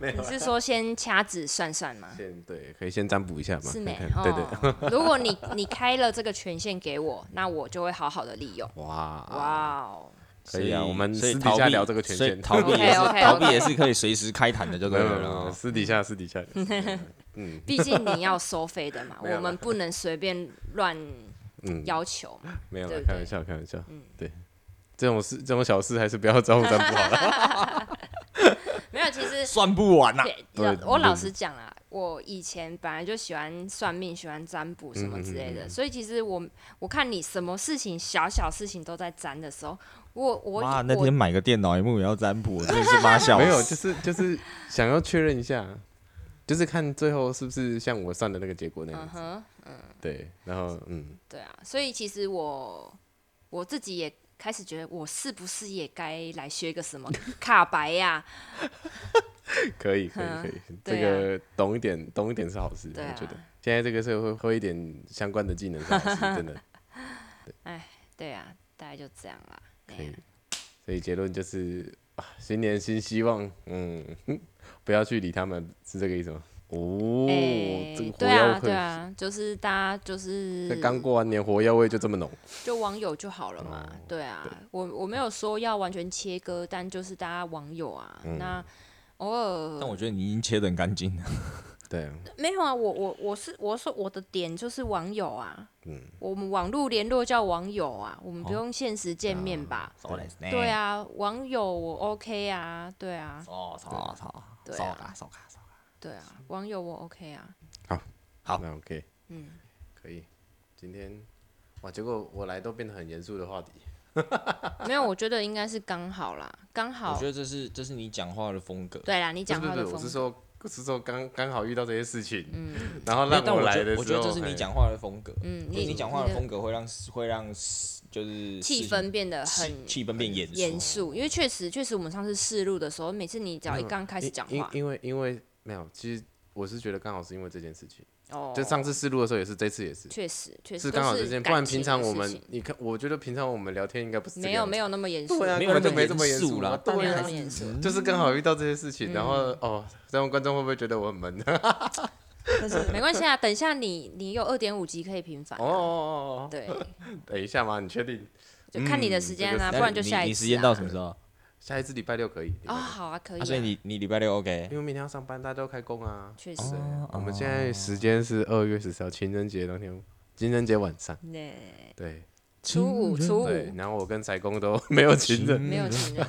Speaker 1: 你
Speaker 3: 啊
Speaker 1: 是说先掐指算算吗？
Speaker 3: 先对，可以先占卜一下嘛，
Speaker 1: 是
Speaker 3: 看
Speaker 1: 没
Speaker 3: 看。
Speaker 1: 哦。
Speaker 3: 对对，
Speaker 1: 如果你你开了这个权限给我，那我就会好好的利用。
Speaker 3: 哇，
Speaker 1: 哇 哦，
Speaker 3: 可以啊
Speaker 2: 所
Speaker 3: 我们
Speaker 2: 所以
Speaker 3: 私底
Speaker 2: 逃
Speaker 3: 下
Speaker 2: 避
Speaker 3: 聊这个权
Speaker 2: 所以
Speaker 3: 限
Speaker 2: 逃避也是
Speaker 1: OK，OK，OK
Speaker 2: 逃避也是可以随时开坛的，就
Speaker 3: 没
Speaker 2: 对
Speaker 3: 有没有
Speaker 2: 了
Speaker 3: 没有，
Speaker 2: 啦。
Speaker 3: 私底下私底 下聊，
Speaker 1: 毕竟你要收费的嘛，
Speaker 3: 没有
Speaker 1: 我们不能随便乱
Speaker 3: 嗯，
Speaker 1: 要求 嘛。
Speaker 3: 没有
Speaker 1: 对
Speaker 3: 啦，
Speaker 1: 不
Speaker 3: 开
Speaker 1: 对嗯
Speaker 3: 玩笑开玩笑，对，这种事这种小事还是不要招呼占卜 好了。
Speaker 1: 没有，其实
Speaker 2: 算不完呐，啊
Speaker 1: 对
Speaker 3: 对嗯
Speaker 1: 老我
Speaker 3: 对
Speaker 1: 老
Speaker 3: 对
Speaker 1: 实讲啊，我以前本来就喜欢算命，喜欢占卜什么之类
Speaker 3: 嗯
Speaker 1: 的，所以其实我我看你什么事情小小事情都在占的时候，我我
Speaker 2: 妈，
Speaker 1: 我
Speaker 2: 那天买个电脑屏幕也要占卜， 我真的是妈笑死。
Speaker 3: 没有，就是就是想要确认一下，就是看最后是不是像我算的那个结果那样
Speaker 1: 嗯
Speaker 3: 子。
Speaker 1: 哼。
Speaker 3: 对，然后嗯，
Speaker 1: 对啊，所以其实我我自己也开始觉得，我是不是也该来学一个 什么卡白呀、
Speaker 3: 可以可以
Speaker 1: 嗯
Speaker 3: 可以，
Speaker 1: 对
Speaker 3: 这
Speaker 1: 啊
Speaker 3: 个懂一点懂一点是好事，
Speaker 1: 对啊
Speaker 3: 我觉得现在这个社会会一点相关的技能是 好事，真的
Speaker 1: 对啊，大概就这样啦。
Speaker 3: 可以。所以结论就是，啊新年新希望，嗯， 不要去理他们，是这个意思吗？哦，
Speaker 1: 哎、
Speaker 3: 这个火
Speaker 1: 对啊，
Speaker 3: 药
Speaker 1: 对
Speaker 3: 味，
Speaker 1: 啊，就是大家就是
Speaker 3: 这刚哦过完年火药味就这么浓，
Speaker 1: 就网友就好了嘛。对啊，我我没有说要完全切割，但就是大家网友啊，
Speaker 3: 嗯
Speaker 1: 那偶尔
Speaker 2: 但我觉得你已经切的很干净了。
Speaker 3: 对啊，
Speaker 1: 没有啊，我我我是我说我的点就是网友啊，
Speaker 3: 嗯
Speaker 1: 我们网络联络叫网友啊，我们
Speaker 3: 哦
Speaker 1: 不用现实见面吧。对，啊，
Speaker 3: 哎
Speaker 1: 网友我 OK 啊，对啊，
Speaker 2: 哦操操，
Speaker 1: 对
Speaker 2: 扫
Speaker 1: 啊
Speaker 2: 卡扫卡扫卡。
Speaker 1: 对啊，网友我 OK 啊，
Speaker 3: 那 OK，
Speaker 1: 嗯，
Speaker 3: 可以，今天哇，结果我来都变得很严肃的话题。
Speaker 1: 没有，我觉得应该是刚好啦，刚
Speaker 2: 我
Speaker 1: 好
Speaker 2: 觉。得这是这是你讲话的风格。
Speaker 1: 对啦，你讲
Speaker 3: 不是
Speaker 1: 话
Speaker 3: 不
Speaker 1: 的
Speaker 3: 是，
Speaker 1: 风
Speaker 3: 我是
Speaker 1: 格，
Speaker 3: 说，我是说刚刚好遇到这些事情，
Speaker 1: 嗯
Speaker 3: 然后
Speaker 2: 没有
Speaker 3: 让
Speaker 2: 但我
Speaker 3: 来
Speaker 2: 觉得
Speaker 3: 的时候，
Speaker 2: 我觉得这是你
Speaker 3: 嘿
Speaker 2: 讲话的风格。
Speaker 1: 嗯，
Speaker 2: 就是你讲话的
Speaker 1: 的
Speaker 2: 风格会让会让就是
Speaker 1: 气
Speaker 2: 事情
Speaker 1: 氛变得
Speaker 2: 气
Speaker 1: 很
Speaker 2: 气氛变严肃。
Speaker 1: 严肃，因为确实确实我们上次试录的时候，每次你只要一刚开始讲
Speaker 3: 因
Speaker 1: 话，
Speaker 3: 因因为因为没有，其实我是觉得刚好是因为这件事情，
Speaker 1: 哦，
Speaker 3: 就上次试录的时候也是，这次也是，
Speaker 1: 确实确实
Speaker 3: 是
Speaker 1: 都
Speaker 3: 刚好这件，不
Speaker 1: 感
Speaker 3: 然
Speaker 1: 情
Speaker 3: 平
Speaker 1: 的
Speaker 3: 常我
Speaker 1: 事
Speaker 3: 们
Speaker 1: 情
Speaker 3: 你看，我觉得平常我们聊天应该不是这个
Speaker 1: 没有
Speaker 3: 样子
Speaker 1: 没有那么严肃，
Speaker 3: 对啊，
Speaker 2: 没
Speaker 3: 根
Speaker 2: 有
Speaker 3: 本
Speaker 2: 那
Speaker 3: 就
Speaker 2: 么
Speaker 3: 没这么
Speaker 2: 严
Speaker 3: 严
Speaker 2: 肃
Speaker 3: 肃
Speaker 2: 啦
Speaker 3: 啦，
Speaker 1: 当
Speaker 3: 对
Speaker 1: 然
Speaker 3: 啊
Speaker 1: 很严肃。
Speaker 3: 就是刚好遇到这些事
Speaker 1: 嗯
Speaker 3: 情，然后哦，这样观众会不会觉得我很闷？ 哦
Speaker 1: 但是没关系啊，等一下你你有二点五集可以平反啊、
Speaker 3: 哦哦哦
Speaker 1: 对，
Speaker 3: 哦，等一下嘛，你确定？
Speaker 1: 就看你的
Speaker 3: 嗯
Speaker 1: 时
Speaker 3: 这
Speaker 1: 间
Speaker 3: 个
Speaker 1: 啊，
Speaker 2: 那
Speaker 1: 不然就
Speaker 2: 你
Speaker 1: 下一次、啊。
Speaker 2: 你时间到什么时候？
Speaker 3: 下一次礼拜六可以，礼拜
Speaker 1: 哦，
Speaker 3: 六
Speaker 1: 好啊，可以、
Speaker 2: 啊所以
Speaker 1: 啊。
Speaker 2: 你你礼拜六 OK？
Speaker 3: 因为明天要上班，大家都开工啊。
Speaker 1: 确实，
Speaker 3: 对，我们现在时间是二月十四号情人节当天，情人节晚上，
Speaker 1: 对，
Speaker 3: 对
Speaker 1: 初五初
Speaker 3: 对，
Speaker 1: 五
Speaker 3: 然后我跟财公都没有情人，
Speaker 1: 没有 情人，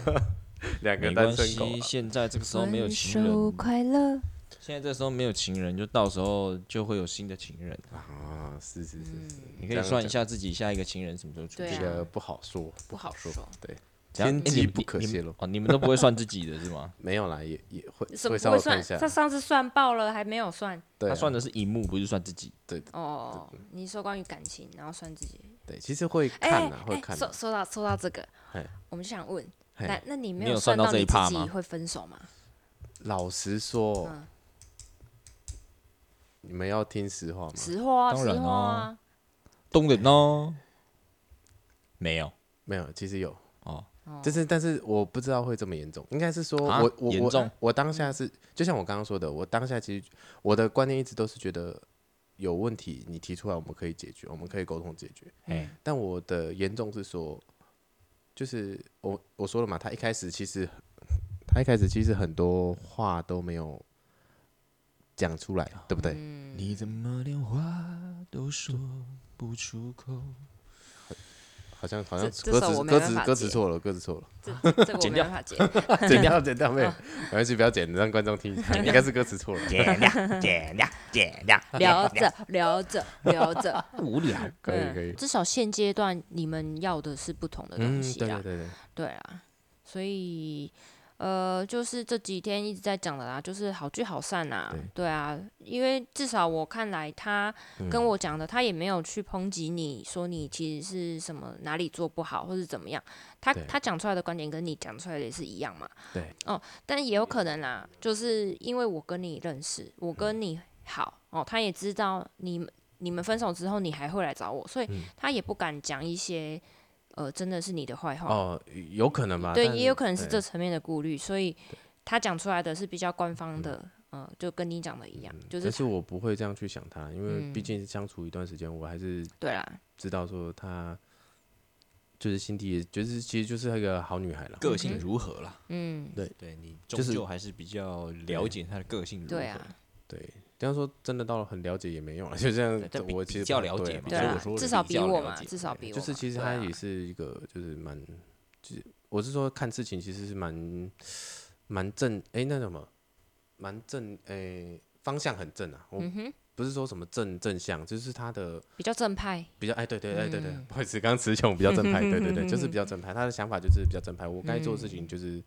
Speaker 3: 两个
Speaker 2: 没
Speaker 3: 单
Speaker 2: 关
Speaker 3: 身狗啊
Speaker 2: 系，现在这个时候没有情人，
Speaker 1: 快乐。
Speaker 2: 现在这时候没有情人，就到时候就会有新的情人。
Speaker 3: 啊，是是是是，
Speaker 2: 你可
Speaker 1: 嗯啊
Speaker 2: 以算一下自己下一个情人什么时候出
Speaker 1: 对
Speaker 3: 这
Speaker 1: 啊
Speaker 2: 现。
Speaker 3: 个不好说，
Speaker 1: 不好说，
Speaker 3: 对，
Speaker 2: 怎样
Speaker 3: 天
Speaker 2: 哎你
Speaker 3: 机
Speaker 2: 们
Speaker 3: 不可
Speaker 2: 你们
Speaker 3: 泄露，？
Speaker 2: 哦，你们都不会算自己的是吗
Speaker 3: 没有啦，也也会
Speaker 1: 什么不
Speaker 3: 会稍
Speaker 1: 会
Speaker 3: 微看
Speaker 1: 算
Speaker 3: 一？下，
Speaker 1: 他上次算爆了，还没有算
Speaker 3: 对啊，
Speaker 2: 他算的是荧幕，不是算自己。
Speaker 1: 哦。你说关于感情，然后算自己。
Speaker 3: 对，其实会
Speaker 1: 哎
Speaker 3: 看啊，会
Speaker 1: 哎
Speaker 3: 看啊，
Speaker 1: 说说到说到这个
Speaker 3: 嘿，
Speaker 1: 我们就想问，
Speaker 3: 嘿
Speaker 1: 那那你没
Speaker 2: 你有
Speaker 1: 算
Speaker 2: 算到这
Speaker 1: 你
Speaker 2: 一趴
Speaker 1: 自己
Speaker 2: 吗
Speaker 1: 会分手吗？
Speaker 3: 老实说
Speaker 1: 嗯，
Speaker 3: 你们要听实话吗？
Speaker 1: 实话啊，
Speaker 2: 当
Speaker 1: 实
Speaker 2: 然
Speaker 1: 话啊
Speaker 2: 啊，懂的呢？没有
Speaker 3: 没有，其实有，
Speaker 2: 哦，
Speaker 3: 就是但是我不知道会这么严重，应该是说
Speaker 2: 啊
Speaker 3: 我我
Speaker 2: 严重
Speaker 3: 我我当下是就像我刚刚说的，我当下其实我的观念一直都是觉得有问题，你提出来我们可以解决，我们可以沟通解决。
Speaker 2: 哎，
Speaker 3: 但我的严重是说，就是我我说了嘛，他一开始其实他一开始其实很多话都没有讲出来，对不对？
Speaker 2: 你怎么连话都说不出口？
Speaker 3: 好像好像
Speaker 1: 这这
Speaker 3: 歌
Speaker 1: 首我
Speaker 3: 词
Speaker 1: 没
Speaker 3: 歌
Speaker 1: 办
Speaker 3: 词
Speaker 1: 法
Speaker 3: 歌词
Speaker 1: 接
Speaker 3: 错了，歌词错了。
Speaker 1: 这这我
Speaker 2: 剪
Speaker 1: 没
Speaker 2: 掉
Speaker 1: 办法解。
Speaker 3: 剪
Speaker 1: 嗯
Speaker 3: 掉，剪掉，没有，没关系，不要剪，让观众听。应该是歌 词错了，
Speaker 4: 减 量，减量，减量，
Speaker 1: 聊着聊着聊着，
Speaker 2: 无聊。
Speaker 3: 可以，
Speaker 1: 嗯
Speaker 3: 可以。
Speaker 1: 至少现阶段你们要的是不同的东
Speaker 3: 嗯，
Speaker 1: 西啊
Speaker 3: 对
Speaker 1: 啦，
Speaker 3: 对对对，
Speaker 1: 对啊，所以呃，就是这几天一直在讲的啦，就是好聚好散啦，
Speaker 3: 对
Speaker 1: 对啊，因为至少我看来他跟我讲的，他也没有去抨击你说你其实是什么哪里做不好或是怎么样，他
Speaker 3: 对
Speaker 1: 他讲出来的观点跟你讲出来的也是一样嘛，
Speaker 3: 对，
Speaker 1: 哦，但也有可能啦，就是因为我跟你认识，我
Speaker 3: 嗯
Speaker 1: 跟你好、哦，他也知道你们你们分手之后你还会来找我，所以
Speaker 3: 嗯
Speaker 1: 他也不敢讲一些。呃，真的是你的坏话
Speaker 3: 哦，有可能吧？
Speaker 1: 对，
Speaker 3: 但
Speaker 1: 也有可能是
Speaker 3: 对
Speaker 1: 这层面的顾虑，所以他讲出来的是比较官方的，嗯、就跟你讲的一样，就是
Speaker 3: 但是我不会这样去想他，因为
Speaker 1: 嗯
Speaker 3: 毕竟相处一段时间，我还是
Speaker 1: 对啦，
Speaker 3: 知道说他就是心地也，就是其实就是一个好女孩了。
Speaker 2: 个性如何啦？
Speaker 1: 嗯，
Speaker 2: 对你
Speaker 3: 就
Speaker 2: 终
Speaker 3: 是
Speaker 2: 究还是比较了解他的个
Speaker 3: 嗯
Speaker 2: 性如何。
Speaker 1: 对啊，
Speaker 3: 对，这样说真的到了很了解也没用了，就这样
Speaker 2: 对，
Speaker 3: 我
Speaker 2: 比
Speaker 3: 其实
Speaker 2: 比较
Speaker 3: 不
Speaker 2: 了
Speaker 3: 对
Speaker 2: 解
Speaker 3: 嘛
Speaker 2: 嘛
Speaker 1: 对
Speaker 2: 所以
Speaker 1: 啦
Speaker 2: 我，说
Speaker 1: 至
Speaker 2: 的
Speaker 1: 少
Speaker 2: 比
Speaker 1: 比
Speaker 2: 较
Speaker 1: 我
Speaker 2: 了
Speaker 1: 嘛，
Speaker 2: 解
Speaker 1: 至少比我
Speaker 3: 哎就
Speaker 1: 嘛，
Speaker 3: 是其实
Speaker 1: 对
Speaker 3: 他
Speaker 1: 啊
Speaker 3: 也是一个，就是蛮，就是我是说看事情其实是蛮蛮正，哎、那什么，蛮正，哎、方向很正啊。我
Speaker 1: 嗯
Speaker 3: 不是说什么正正向，就是他的
Speaker 1: 比较正派，
Speaker 3: 比较，哎、对对对对对，
Speaker 1: 嗯
Speaker 3: 不好意思，刚刚词穷，比较正派，对对对，就是比较正派。他的想法就是比较正派，我该做的事
Speaker 1: 嗯
Speaker 3: 情就是。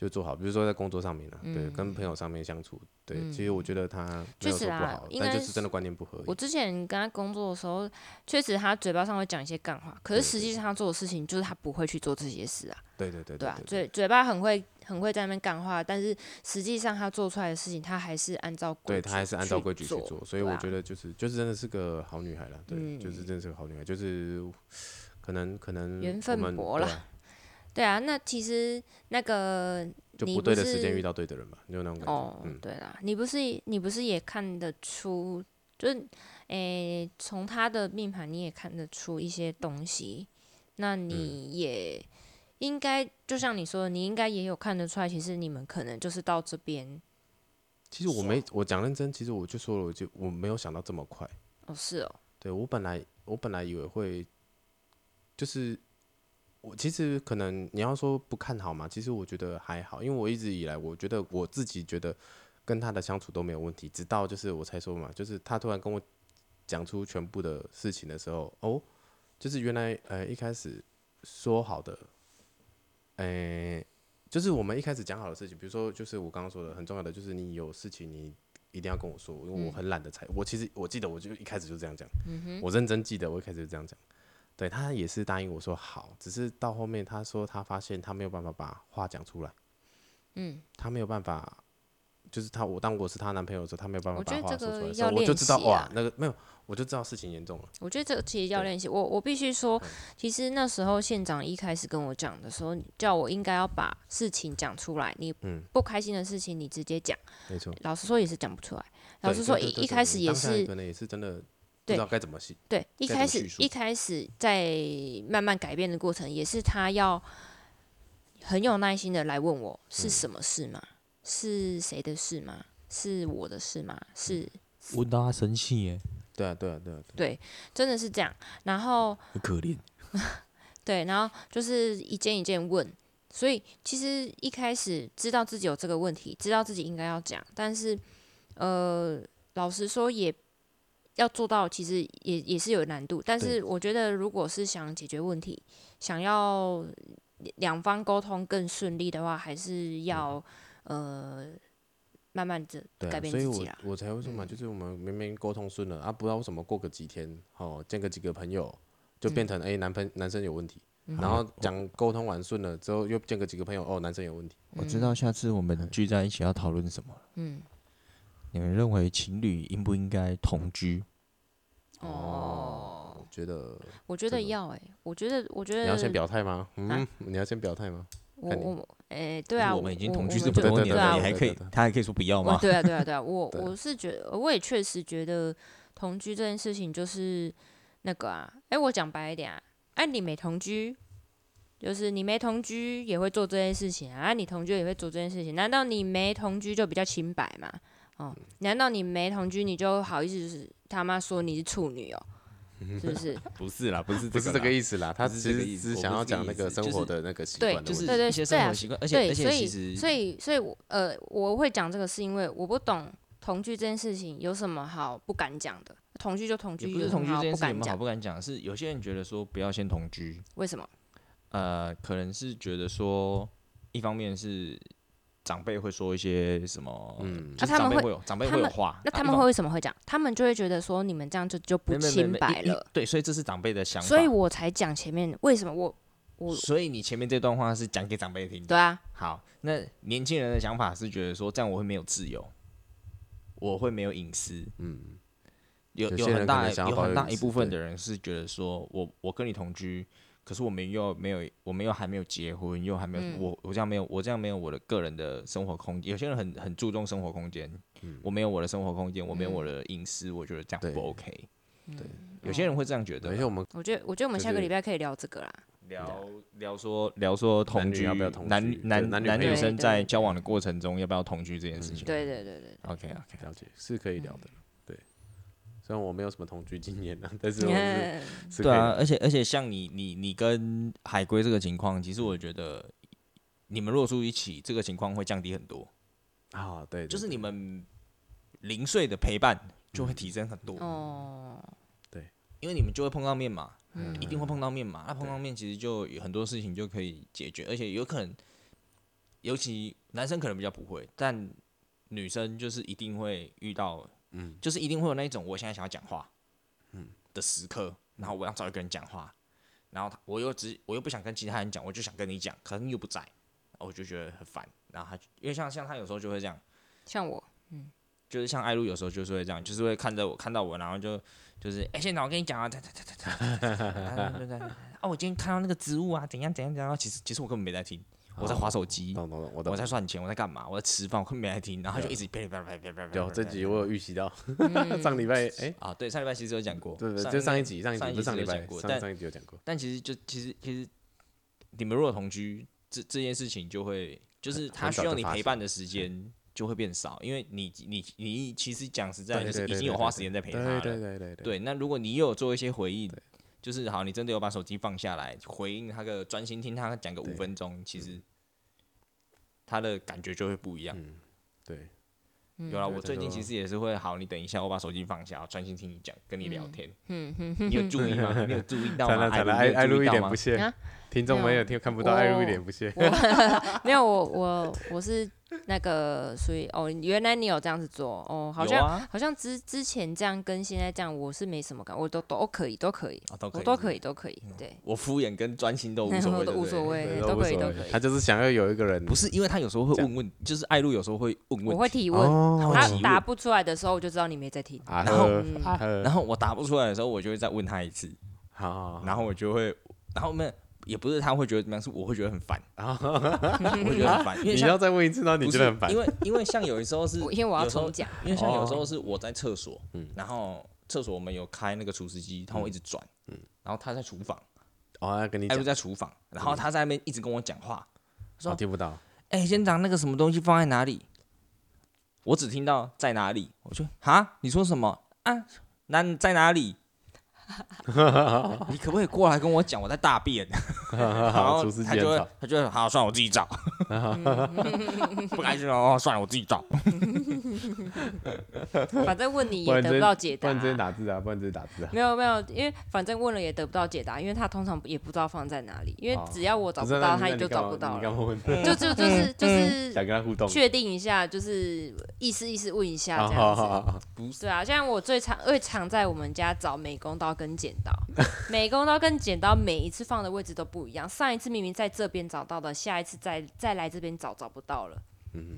Speaker 3: 就做好，比如说在工作上面啊，对，跟朋友上面相处，对，其实我觉得他没有
Speaker 1: 嗯确实
Speaker 3: 说不
Speaker 1: 啦
Speaker 3: 好，
Speaker 1: 应
Speaker 3: 但
Speaker 1: 该
Speaker 3: 就是真的观念不合而已
Speaker 1: 我之前跟他工作的时候，确实他嘴巴上会讲一些干话，可是实际上他做的事情就是他不会去做这些事啊，
Speaker 3: 对对对
Speaker 1: 对啊，
Speaker 3: 对
Speaker 1: 嘴嘴巴很会很会在那边干话，但是实际上他做出来的事情，他还是按照规
Speaker 3: 对，
Speaker 1: 矩
Speaker 3: 她还是按照规矩去做，所
Speaker 1: 对
Speaker 3: 以我
Speaker 1: 啊嗯
Speaker 3: 觉得就是就是真的是个好女孩啦，对，就是真的是个好女孩，就是可能可能
Speaker 1: 缘
Speaker 3: 我
Speaker 1: 分
Speaker 3: 们
Speaker 1: 薄
Speaker 3: 对
Speaker 1: 啦
Speaker 3: 啊
Speaker 1: 对啊，那其实那个
Speaker 3: 就
Speaker 1: 你
Speaker 3: 不
Speaker 1: 不
Speaker 3: 对的时间
Speaker 1: 是
Speaker 3: 遇到对的人吧，就那种感
Speaker 1: 哦
Speaker 3: 觉，，嗯，
Speaker 1: 对啦，你不是你不是也看得出，就是诶，从他的命盘你也看得出一些东西，那
Speaker 3: 嗯
Speaker 1: 你也应该、就像你说的，你应该也有看得出来，其实你们可能就是到这边
Speaker 3: 其实我没我讲认真，其实我就说了，我就我没有想到这么快，
Speaker 1: 哦，是哦，
Speaker 3: 对我本来我本来以为会就是。我其实可能你要说不看好嘛，其实我觉得还好，因为我一直以来我觉得我自己觉得跟他的相处都没有问题，直到就是我才说嘛，就是他突然跟我讲出全部的事情的时候，哦，就是原来呃一开始说好的，呃，就是我们一开始讲好的事情，比如说就是我刚刚说的很重要的，就是你有事情你一定要跟我说，因为我很懒得猜。我其实我记得我就一开始就这样讲，
Speaker 1: 嗯
Speaker 3: 我认真记得我一开始就这样讲。对他也是答应我说好，只是到后面他说他发现他没有办法把话讲出来，嗯，他没有办法，就是他我当我是他男朋友的时候，他没有办法
Speaker 1: 我
Speaker 3: 把
Speaker 1: 觉得
Speaker 3: 话
Speaker 1: 这
Speaker 3: 说出来
Speaker 1: 个
Speaker 3: 的时候，
Speaker 1: 要
Speaker 3: 我就
Speaker 1: 练
Speaker 3: 知道
Speaker 1: 习
Speaker 3: 哇
Speaker 1: 啦，
Speaker 3: 那个没有，我就知道事情严重了。
Speaker 1: 我觉得这个其实要练习。我我必须说，
Speaker 3: 嗯
Speaker 1: 其实那时候县长一开始跟我讲的时候，叫我应该要把事情讲出来。你
Speaker 3: 嗯
Speaker 1: 不开心的事情你直接讲，
Speaker 3: 没错，
Speaker 1: 老实说也是讲不出来。
Speaker 3: 对
Speaker 1: 老实说
Speaker 3: 对
Speaker 1: 一
Speaker 3: 对对
Speaker 1: 一开始
Speaker 3: 对
Speaker 1: 也
Speaker 3: 当下
Speaker 1: 是
Speaker 3: 可能也是真的不
Speaker 1: 对
Speaker 3: 知道该怎么写，
Speaker 1: 对，一
Speaker 3: 该怎
Speaker 1: 开
Speaker 3: 么
Speaker 1: 始
Speaker 3: 叙述
Speaker 1: 一开始在慢慢改变的过程，也是他要很有耐心的来问我
Speaker 3: 嗯
Speaker 1: 是什么事吗？是谁的事吗？是我的事吗？是
Speaker 2: 问到他生气耶，
Speaker 3: 对啊，对啊，对啊，对啊
Speaker 1: 对，真的是这样。然后
Speaker 2: 很可怜。
Speaker 1: 对，然后就是一件一件问。所以其实一开始知道自己有这个问题，知道自己应该要讲，但是呃，老实说也要做到，其实也也是有难度。但
Speaker 3: 对
Speaker 1: 是我觉得，如果是想解决问题，想要两方沟通更顺利的话，还
Speaker 3: 嗯
Speaker 1: 是要、呃慢慢的
Speaker 3: 对啊嗯
Speaker 1: 改变
Speaker 3: 所以
Speaker 1: 自己
Speaker 3: 我
Speaker 1: 啦。
Speaker 3: 我才会说嘛，就是我们明明沟通顺了啊，不知道为什么过个几天，哦，见个几个朋友，就变成哎、男朋男生有问题，然
Speaker 2: 哦
Speaker 3: 后讲沟通完顺了之后，又见个几个朋友，哦，男生有问题，
Speaker 2: 我知道下次我们聚在一起要讨论什么了。嗯，你们认为情侣应不应该同居？
Speaker 3: 哦我哦觉得
Speaker 1: 哦我觉得
Speaker 3: 这个
Speaker 1: 要诶、欸我觉得我觉
Speaker 3: 你
Speaker 1: 得
Speaker 3: 要先表态吗？嗯，
Speaker 1: 啊
Speaker 3: 你要先表态吗？
Speaker 1: 我
Speaker 3: 看你
Speaker 1: 我诶、对啊，
Speaker 2: 我们已经同居
Speaker 1: 我
Speaker 2: 这么
Speaker 1: 就
Speaker 2: 多
Speaker 1: 对
Speaker 2: 年
Speaker 1: 啊
Speaker 2: 了，
Speaker 1: 我
Speaker 2: 你还可以
Speaker 3: 对对对，
Speaker 2: 他还可以说不要
Speaker 1: 哦，
Speaker 2: 吗？
Speaker 1: 对啊，对啊，对啊，我
Speaker 3: 对
Speaker 1: 我是觉得，我也确实觉得同居这件事情就是那个啊，哎、我讲白一点啊，哎、你没同居，就是你没同居也会做这件事情啊，啊你同居也会做这件事情，难道你没同居就比较清白嘛？哦，难道你没同居你就好意思就是他妈说你是处女哦？是不是？
Speaker 2: 不是啦，不是
Speaker 3: 不是这个意思啦，他
Speaker 2: 不
Speaker 3: 其
Speaker 2: 是这个
Speaker 3: 实
Speaker 2: 意思
Speaker 3: 只是想要讲那
Speaker 2: 我
Speaker 3: 个
Speaker 2: 不是这个
Speaker 3: 生
Speaker 2: 意思
Speaker 3: 活的那个习
Speaker 1: 对
Speaker 3: 惯的问题。
Speaker 2: 就是
Speaker 1: 对对
Speaker 2: 一些
Speaker 1: 对
Speaker 2: 生
Speaker 1: 啊
Speaker 2: 活习惯，而且
Speaker 1: 对，
Speaker 2: 而
Speaker 1: 所
Speaker 2: 且其
Speaker 1: 以
Speaker 2: 实
Speaker 1: 所以所以我呃，我会讲这个是因为我不懂同居这件事情有什么好不敢讲的，同居就同
Speaker 2: 也
Speaker 1: 居，
Speaker 2: 不
Speaker 1: 有
Speaker 2: 是
Speaker 1: 什么
Speaker 2: 同居
Speaker 1: 好
Speaker 2: 这件
Speaker 1: 不
Speaker 2: 事，有
Speaker 1: 敢
Speaker 2: 没有好
Speaker 1: 讲？
Speaker 2: 不敢讲？是有些人觉得说不要先同居，
Speaker 1: 为什么？
Speaker 2: 呃，可能是觉得说，一方面是长辈会说一些什么，嗯，
Speaker 1: 啊他们
Speaker 2: 长辈
Speaker 1: 会
Speaker 2: 会有长辈
Speaker 1: 他
Speaker 2: 会有
Speaker 1: 们
Speaker 2: 话，
Speaker 1: 那
Speaker 2: 啊
Speaker 1: 他
Speaker 2: 一
Speaker 1: 们
Speaker 2: 方
Speaker 1: 会为什么会讲？他们就会觉得说你们这样就就不
Speaker 2: 没没没
Speaker 1: 清
Speaker 2: 没
Speaker 1: 白
Speaker 2: 一一
Speaker 1: 了，
Speaker 2: 对，所以这是长辈的想法，
Speaker 1: 所以我才讲前面为什么我我
Speaker 2: 所以你前面这段话是讲给长辈听的。
Speaker 1: 对啊，
Speaker 2: 好，那年轻人的想法是觉得说，这样我会没有自由，我会没有隐私，嗯。有
Speaker 3: 有
Speaker 2: 有很
Speaker 3: 些人可
Speaker 2: 大
Speaker 3: 能想要
Speaker 2: 有
Speaker 3: 保
Speaker 2: 很
Speaker 3: 有
Speaker 2: 大
Speaker 3: 隐
Speaker 2: 一
Speaker 3: 私
Speaker 2: 部分
Speaker 3: 对
Speaker 2: 的人是觉得说我我跟你同居，可是我们又没有，我们又还没有结婚，又还没有、
Speaker 1: 嗯
Speaker 2: 我我这样没有，我这样没有我的个人的生活空
Speaker 3: 嗯
Speaker 2: 间。有些人很很注重生活空间，我没有我的生活空间，我没有我的隐私，我觉得这样
Speaker 3: 嗯对
Speaker 2: 不 OK。有些人会这样觉得
Speaker 3: 等一下
Speaker 2: 啦，
Speaker 3: 我们
Speaker 1: 我觉得我觉得我们
Speaker 3: 就
Speaker 1: 下个
Speaker 3: 是
Speaker 1: 礼拜可以聊这个啦。
Speaker 2: 聊聊说聊说同
Speaker 3: 男女
Speaker 2: 居
Speaker 3: 要不要同
Speaker 2: 男
Speaker 3: 居
Speaker 2: 女
Speaker 3: 对
Speaker 2: 男
Speaker 3: 男女
Speaker 2: 男
Speaker 3: 朋
Speaker 2: 女
Speaker 1: 友
Speaker 2: 生
Speaker 1: 对
Speaker 2: 在
Speaker 1: 对
Speaker 2: 交往的过程中要不要同居这件事情。嗯
Speaker 1: 对对对对对，
Speaker 2: ，OK 啊 OK，
Speaker 3: 了解是可以聊的，
Speaker 1: 嗯
Speaker 3: 对。虽然我没有什么同居经验啊，但
Speaker 2: 哦
Speaker 3: 是 我是
Speaker 1: 嗯
Speaker 3: 是可
Speaker 2: 对
Speaker 3: 以
Speaker 2: 啊
Speaker 3: 聊，
Speaker 2: 而且而且像你你你跟海龟这个情况，其实我觉得你们如果住一起，这个情况会降低很多。
Speaker 3: 啊，对，对
Speaker 2: 就是
Speaker 3: 对
Speaker 2: 你们零碎的陪伴就会提升很多，
Speaker 1: 哦，
Speaker 2: 因为你们就会碰到面嘛，
Speaker 1: 嗯
Speaker 2: 一定会碰到面嘛。那碰到面其实就有很多事情就可以解决，而且有可能，尤其男生可能比较不会，但女生就是一定会遇到，嗯，就是一定会有那一种我现在想要讲话，嗯的时刻，然后我要找一个人讲话，然后他我又只我又不想跟其他人讲，我就想跟你讲，可是你又不在，我就觉得很烦。然后他就因为像像他有时候就会这样。
Speaker 1: 像 我
Speaker 2: 就是像艾露有时候就是会这样，就是会看着我看到我，然后就就是哎、现在我跟你讲啊，哒哒哒哒哒哒哒哒哒，啊，我今天看到那个植物啊，怎样怎样怎样，其实其实我根本没在听，我在划手机，
Speaker 3: 懂懂懂，哦我懂
Speaker 2: 我。在算钱，我在干嘛，我在吃饭，我根本没在听，然后就一直噼里啪啦噼里啪啦
Speaker 3: 有这集我有预习到，
Speaker 1: 嗯
Speaker 3: 上礼拜哎，
Speaker 2: 啊，对，上礼拜其实有讲过，
Speaker 3: 对对，就上一集，上一集
Speaker 2: 上一
Speaker 3: 不是上
Speaker 2: 集
Speaker 3: 礼
Speaker 2: 有
Speaker 3: 拜
Speaker 2: 讲，过，
Speaker 3: 上
Speaker 2: 但
Speaker 3: 上一集有讲过，
Speaker 2: 但其实就其实其实你们如果同居，这这件事情就会就是他
Speaker 3: 很早
Speaker 2: 需要
Speaker 3: 就
Speaker 2: 你
Speaker 3: 发
Speaker 2: 陪
Speaker 3: 现
Speaker 2: 伴的时间就会变少，因为你你你其实讲实在
Speaker 3: 对
Speaker 2: 就
Speaker 3: 对
Speaker 2: 是
Speaker 3: 对，
Speaker 2: 已经有
Speaker 3: 对
Speaker 2: 花
Speaker 3: 对
Speaker 2: 时间在陪他
Speaker 3: 对
Speaker 2: 了，
Speaker 3: 对对对对，
Speaker 2: 对，那如果你有做一些回应，就是好，你真的有把手机放下来，回应他个专心听他讲个五
Speaker 3: 对嗯
Speaker 2: 分钟，其实他的感觉就会不一样。
Speaker 3: 对，
Speaker 1: 嗯
Speaker 2: 有啦，
Speaker 3: 对
Speaker 2: 我
Speaker 3: 对
Speaker 2: 最近
Speaker 3: 对
Speaker 2: 其实也是会，好，你等一下，我把手机放下，我专心听你讲，跟你聊天。
Speaker 1: 嗯哼，
Speaker 2: 你有注意吗？你有注意到
Speaker 3: 惨
Speaker 2: 吗？
Speaker 3: 了惨了，
Speaker 2: 艾
Speaker 3: 艾艾露
Speaker 2: 露
Speaker 3: 一
Speaker 2: 你有注意
Speaker 3: 脸
Speaker 2: 到吗
Speaker 3: 不？屑
Speaker 1: 啊，哦
Speaker 3: 听众
Speaker 1: 没
Speaker 3: 没
Speaker 1: 有
Speaker 3: 有听看不到艾露
Speaker 1: 我
Speaker 3: 一脸不屑。
Speaker 1: 没有我 我我是那个所以哦，原来你有这样子做哦， 好像、
Speaker 2: 有啊
Speaker 1: 好像之之前这样跟现在这样，我是没什么感，我都都可以，都可以，
Speaker 3: 啊
Speaker 2: 哦都可以
Speaker 1: 我都
Speaker 2: 是不
Speaker 1: 可
Speaker 2: 是
Speaker 1: 以，都可以，对，
Speaker 2: 我敷衍跟专心都
Speaker 3: 嗯
Speaker 2: 无
Speaker 1: 那
Speaker 2: 所
Speaker 1: 我
Speaker 2: 谓，
Speaker 1: 都
Speaker 2: 对不
Speaker 1: 无
Speaker 2: 对
Speaker 1: 所。谓，
Speaker 3: 都
Speaker 1: 都
Speaker 3: 无
Speaker 1: 可以，
Speaker 3: 所
Speaker 1: 都
Speaker 3: 谓
Speaker 1: 可以
Speaker 3: 他。就是想要有一个人，
Speaker 2: 不是因为他有时候会问问，就是艾露有时候会问
Speaker 1: 我
Speaker 2: 问
Speaker 1: 会
Speaker 2: 题，
Speaker 1: 提问，
Speaker 3: 哦，
Speaker 1: 他
Speaker 2: 提问
Speaker 1: 答不出来的时候，我就知道你没在听。
Speaker 3: 啊
Speaker 2: 然后
Speaker 3: 呵
Speaker 1: 嗯
Speaker 3: 啊呵，
Speaker 2: 然后我答不出来的时候，我就会再问他一次，
Speaker 3: 好好，
Speaker 2: 然后我就会，然后没有也不是他会觉得怎么样，是我会觉得很 烦，
Speaker 3: 然后
Speaker 2: 我会觉得很烦，因为
Speaker 3: 哦你
Speaker 2: 像
Speaker 3: 要再问一次，然后你
Speaker 2: 不
Speaker 3: 觉
Speaker 2: 是
Speaker 3: 得很烦
Speaker 2: 因。为因为像有时候是，
Speaker 1: 我因为我要
Speaker 2: 有时候
Speaker 1: 重 讲，
Speaker 2: 因为像有
Speaker 3: 哦嗯
Speaker 2: 时候是我在厕所，然后厕所我们有开那个除湿机，它会一直转，然后他在厨房，
Speaker 3: 哦，要跟嗯你
Speaker 2: 艾
Speaker 3: 讲嗯
Speaker 2: 露，在厨房，然后他在那边一直跟我讲话，
Speaker 3: 我听不到。
Speaker 2: 哎、先长那个什么东西放在哪里？我只听到在哪里，我就哈，你说什么啊？那你在哪里？ 你可不可以过来跟我讲？我在大便，然后
Speaker 3: 厨师
Speaker 2: 他
Speaker 3: 机
Speaker 2: 就会
Speaker 3: 很吵，
Speaker 2: 他就会好，算了我自己找，
Speaker 1: 嗯
Speaker 2: 不开心了哦，算了我自己找。
Speaker 1: 反正问你
Speaker 3: 不
Speaker 1: 也
Speaker 3: 然
Speaker 1: 得不
Speaker 3: 真
Speaker 1: 到解
Speaker 3: 不
Speaker 1: 答
Speaker 3: 然。直接打字啊，不然直接打字啊。
Speaker 1: 没有没有，因为反正问了也得不到解答，因为他通常也不知道放在哪里，因为
Speaker 3: 哦
Speaker 1: 只要我找不
Speaker 3: 是
Speaker 1: 到，
Speaker 3: 那
Speaker 1: 他也
Speaker 3: 你那
Speaker 1: 就
Speaker 3: 你干
Speaker 1: 找
Speaker 3: 嘛
Speaker 1: 不到
Speaker 3: 你
Speaker 1: 了。
Speaker 3: 干嘛嗯问 他？
Speaker 1: 就就就是就是
Speaker 3: 想跟他互动。
Speaker 1: 确定一下，就是意思意思问一下
Speaker 3: 啊
Speaker 1: 这
Speaker 3: 好
Speaker 1: 样
Speaker 3: 好
Speaker 1: 子。
Speaker 3: 好，
Speaker 1: 对啊，像我最常最常在我们家找美工刀跟剪刀，美工刀跟剪刀每一次放的位置都不一样。上一次明明在这边找到的，下一次再再来这边找找不到了。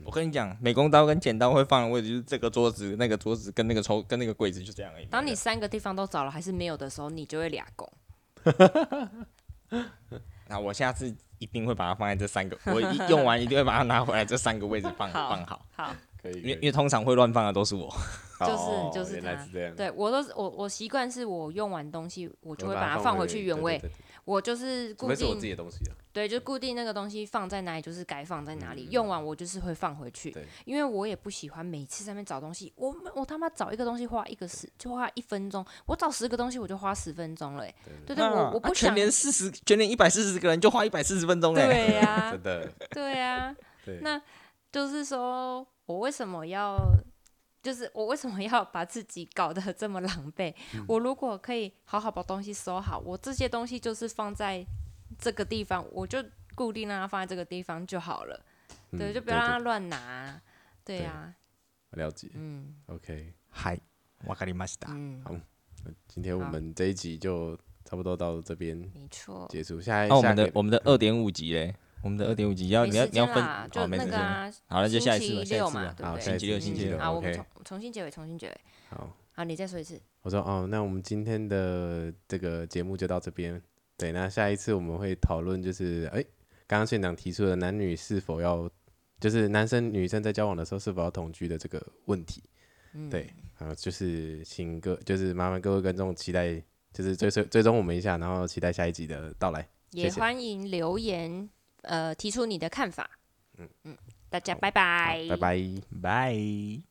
Speaker 2: 我跟你讲，美工刀跟剪刀会放的位置就是这个桌子、那个桌子跟那个抽跟那个柜子，就这样而已。
Speaker 1: 当你三个地方都找了还是没有的时候，你就会俩拱。
Speaker 2: 那我下次一定会把它放在这三个，我一用完一定会把它拿回来，这三个位置 放
Speaker 1: 好
Speaker 2: 放好，
Speaker 1: 好，
Speaker 3: 可以，
Speaker 2: 因为因为通常会乱放的都是我。
Speaker 1: 就是
Speaker 3: 哦
Speaker 1: 就是
Speaker 3: 原来
Speaker 1: 它
Speaker 3: 是这样，
Speaker 1: 对我都是我我习惯是我用完东西，我
Speaker 3: 我
Speaker 1: 就会把它放回去原位
Speaker 3: 对。对对对
Speaker 1: 我就是
Speaker 3: 除
Speaker 1: 固
Speaker 3: 非是我自己
Speaker 1: 定
Speaker 3: 的东西啊。
Speaker 1: 对，就固定那个东西放在哪里，就是该放在哪里。用完我就是会放回去
Speaker 3: 对，
Speaker 1: 因为我也不喜欢每次上面找东西。我我他妈找一个东西花一个时就花一分钟，我找十个东西我就花十分钟了、欸。对对，
Speaker 2: 啊
Speaker 1: 我我
Speaker 2: 啊
Speaker 1: 不
Speaker 2: 全
Speaker 1: 想。
Speaker 2: 年四十，全年一百四十个人就花一百四十分钟嘞。
Speaker 1: 对啊呀、
Speaker 3: 真的，
Speaker 1: 对呀、
Speaker 3: 对
Speaker 1: 那就是说我为什么要，就是我为什么要把自己搞得这么狼狈？ 我如果可以好好把东西收好，我这些东西就是放在这个地方，我就固定让它放在这个地方就好了。对，
Speaker 3: 嗯
Speaker 1: 就不要让它
Speaker 3: 对
Speaker 1: 乱拿。对啊
Speaker 3: 对
Speaker 1: 呀、
Speaker 3: 对了解。
Speaker 1: 嗯
Speaker 3: OK，
Speaker 2: 嗨，わかりました。
Speaker 1: 嗯，
Speaker 3: 今天我
Speaker 1: 好
Speaker 3: 们这一集就差不多到这边
Speaker 1: 没错。
Speaker 3: 结束。哎下一
Speaker 2: 那我
Speaker 3: 下
Speaker 2: 们的
Speaker 3: 个嗯
Speaker 2: 我们的二点五级嘞，我们的二点五级要
Speaker 1: 没
Speaker 2: 你要
Speaker 1: 时
Speaker 2: 你要
Speaker 1: 间
Speaker 2: 分
Speaker 1: 啦，就
Speaker 2: 好没
Speaker 1: 那
Speaker 2: 时
Speaker 1: 个
Speaker 2: 间。
Speaker 1: 啊，
Speaker 2: 好了，就下
Speaker 1: 星
Speaker 2: 一
Speaker 1: 期
Speaker 2: 次吧，下一
Speaker 1: 六
Speaker 2: 次
Speaker 1: 嘛
Speaker 2: 吧，。
Speaker 1: 对
Speaker 3: 好
Speaker 1: 不
Speaker 3: 下
Speaker 1: 对？
Speaker 2: 星期六，
Speaker 3: 一次
Speaker 2: 星期
Speaker 1: 嗯
Speaker 2: 六
Speaker 3: 嗯。
Speaker 1: 好，我们
Speaker 3: OK
Speaker 1: 重重新结尾，重新结尾。
Speaker 3: 好，
Speaker 1: 好，你再说一次。
Speaker 3: 我说哦，那我们今天的这个节目就到这边。对，那下一次我们会讨论就是，哎、刚刚县长提出的男女是否要，就是男生女生在交往的时候是否要同居的这个问题。对，啊、就是请各，就是麻烦各位观众期待，就是追随追踪我们一下，然后期待下一集的到来。谢
Speaker 1: 也
Speaker 3: 谢
Speaker 1: 欢迎留言，呃，提出你的看法。嗯嗯，大家拜
Speaker 3: 好
Speaker 1: 拜，
Speaker 3: 拜拜。
Speaker 2: 拜。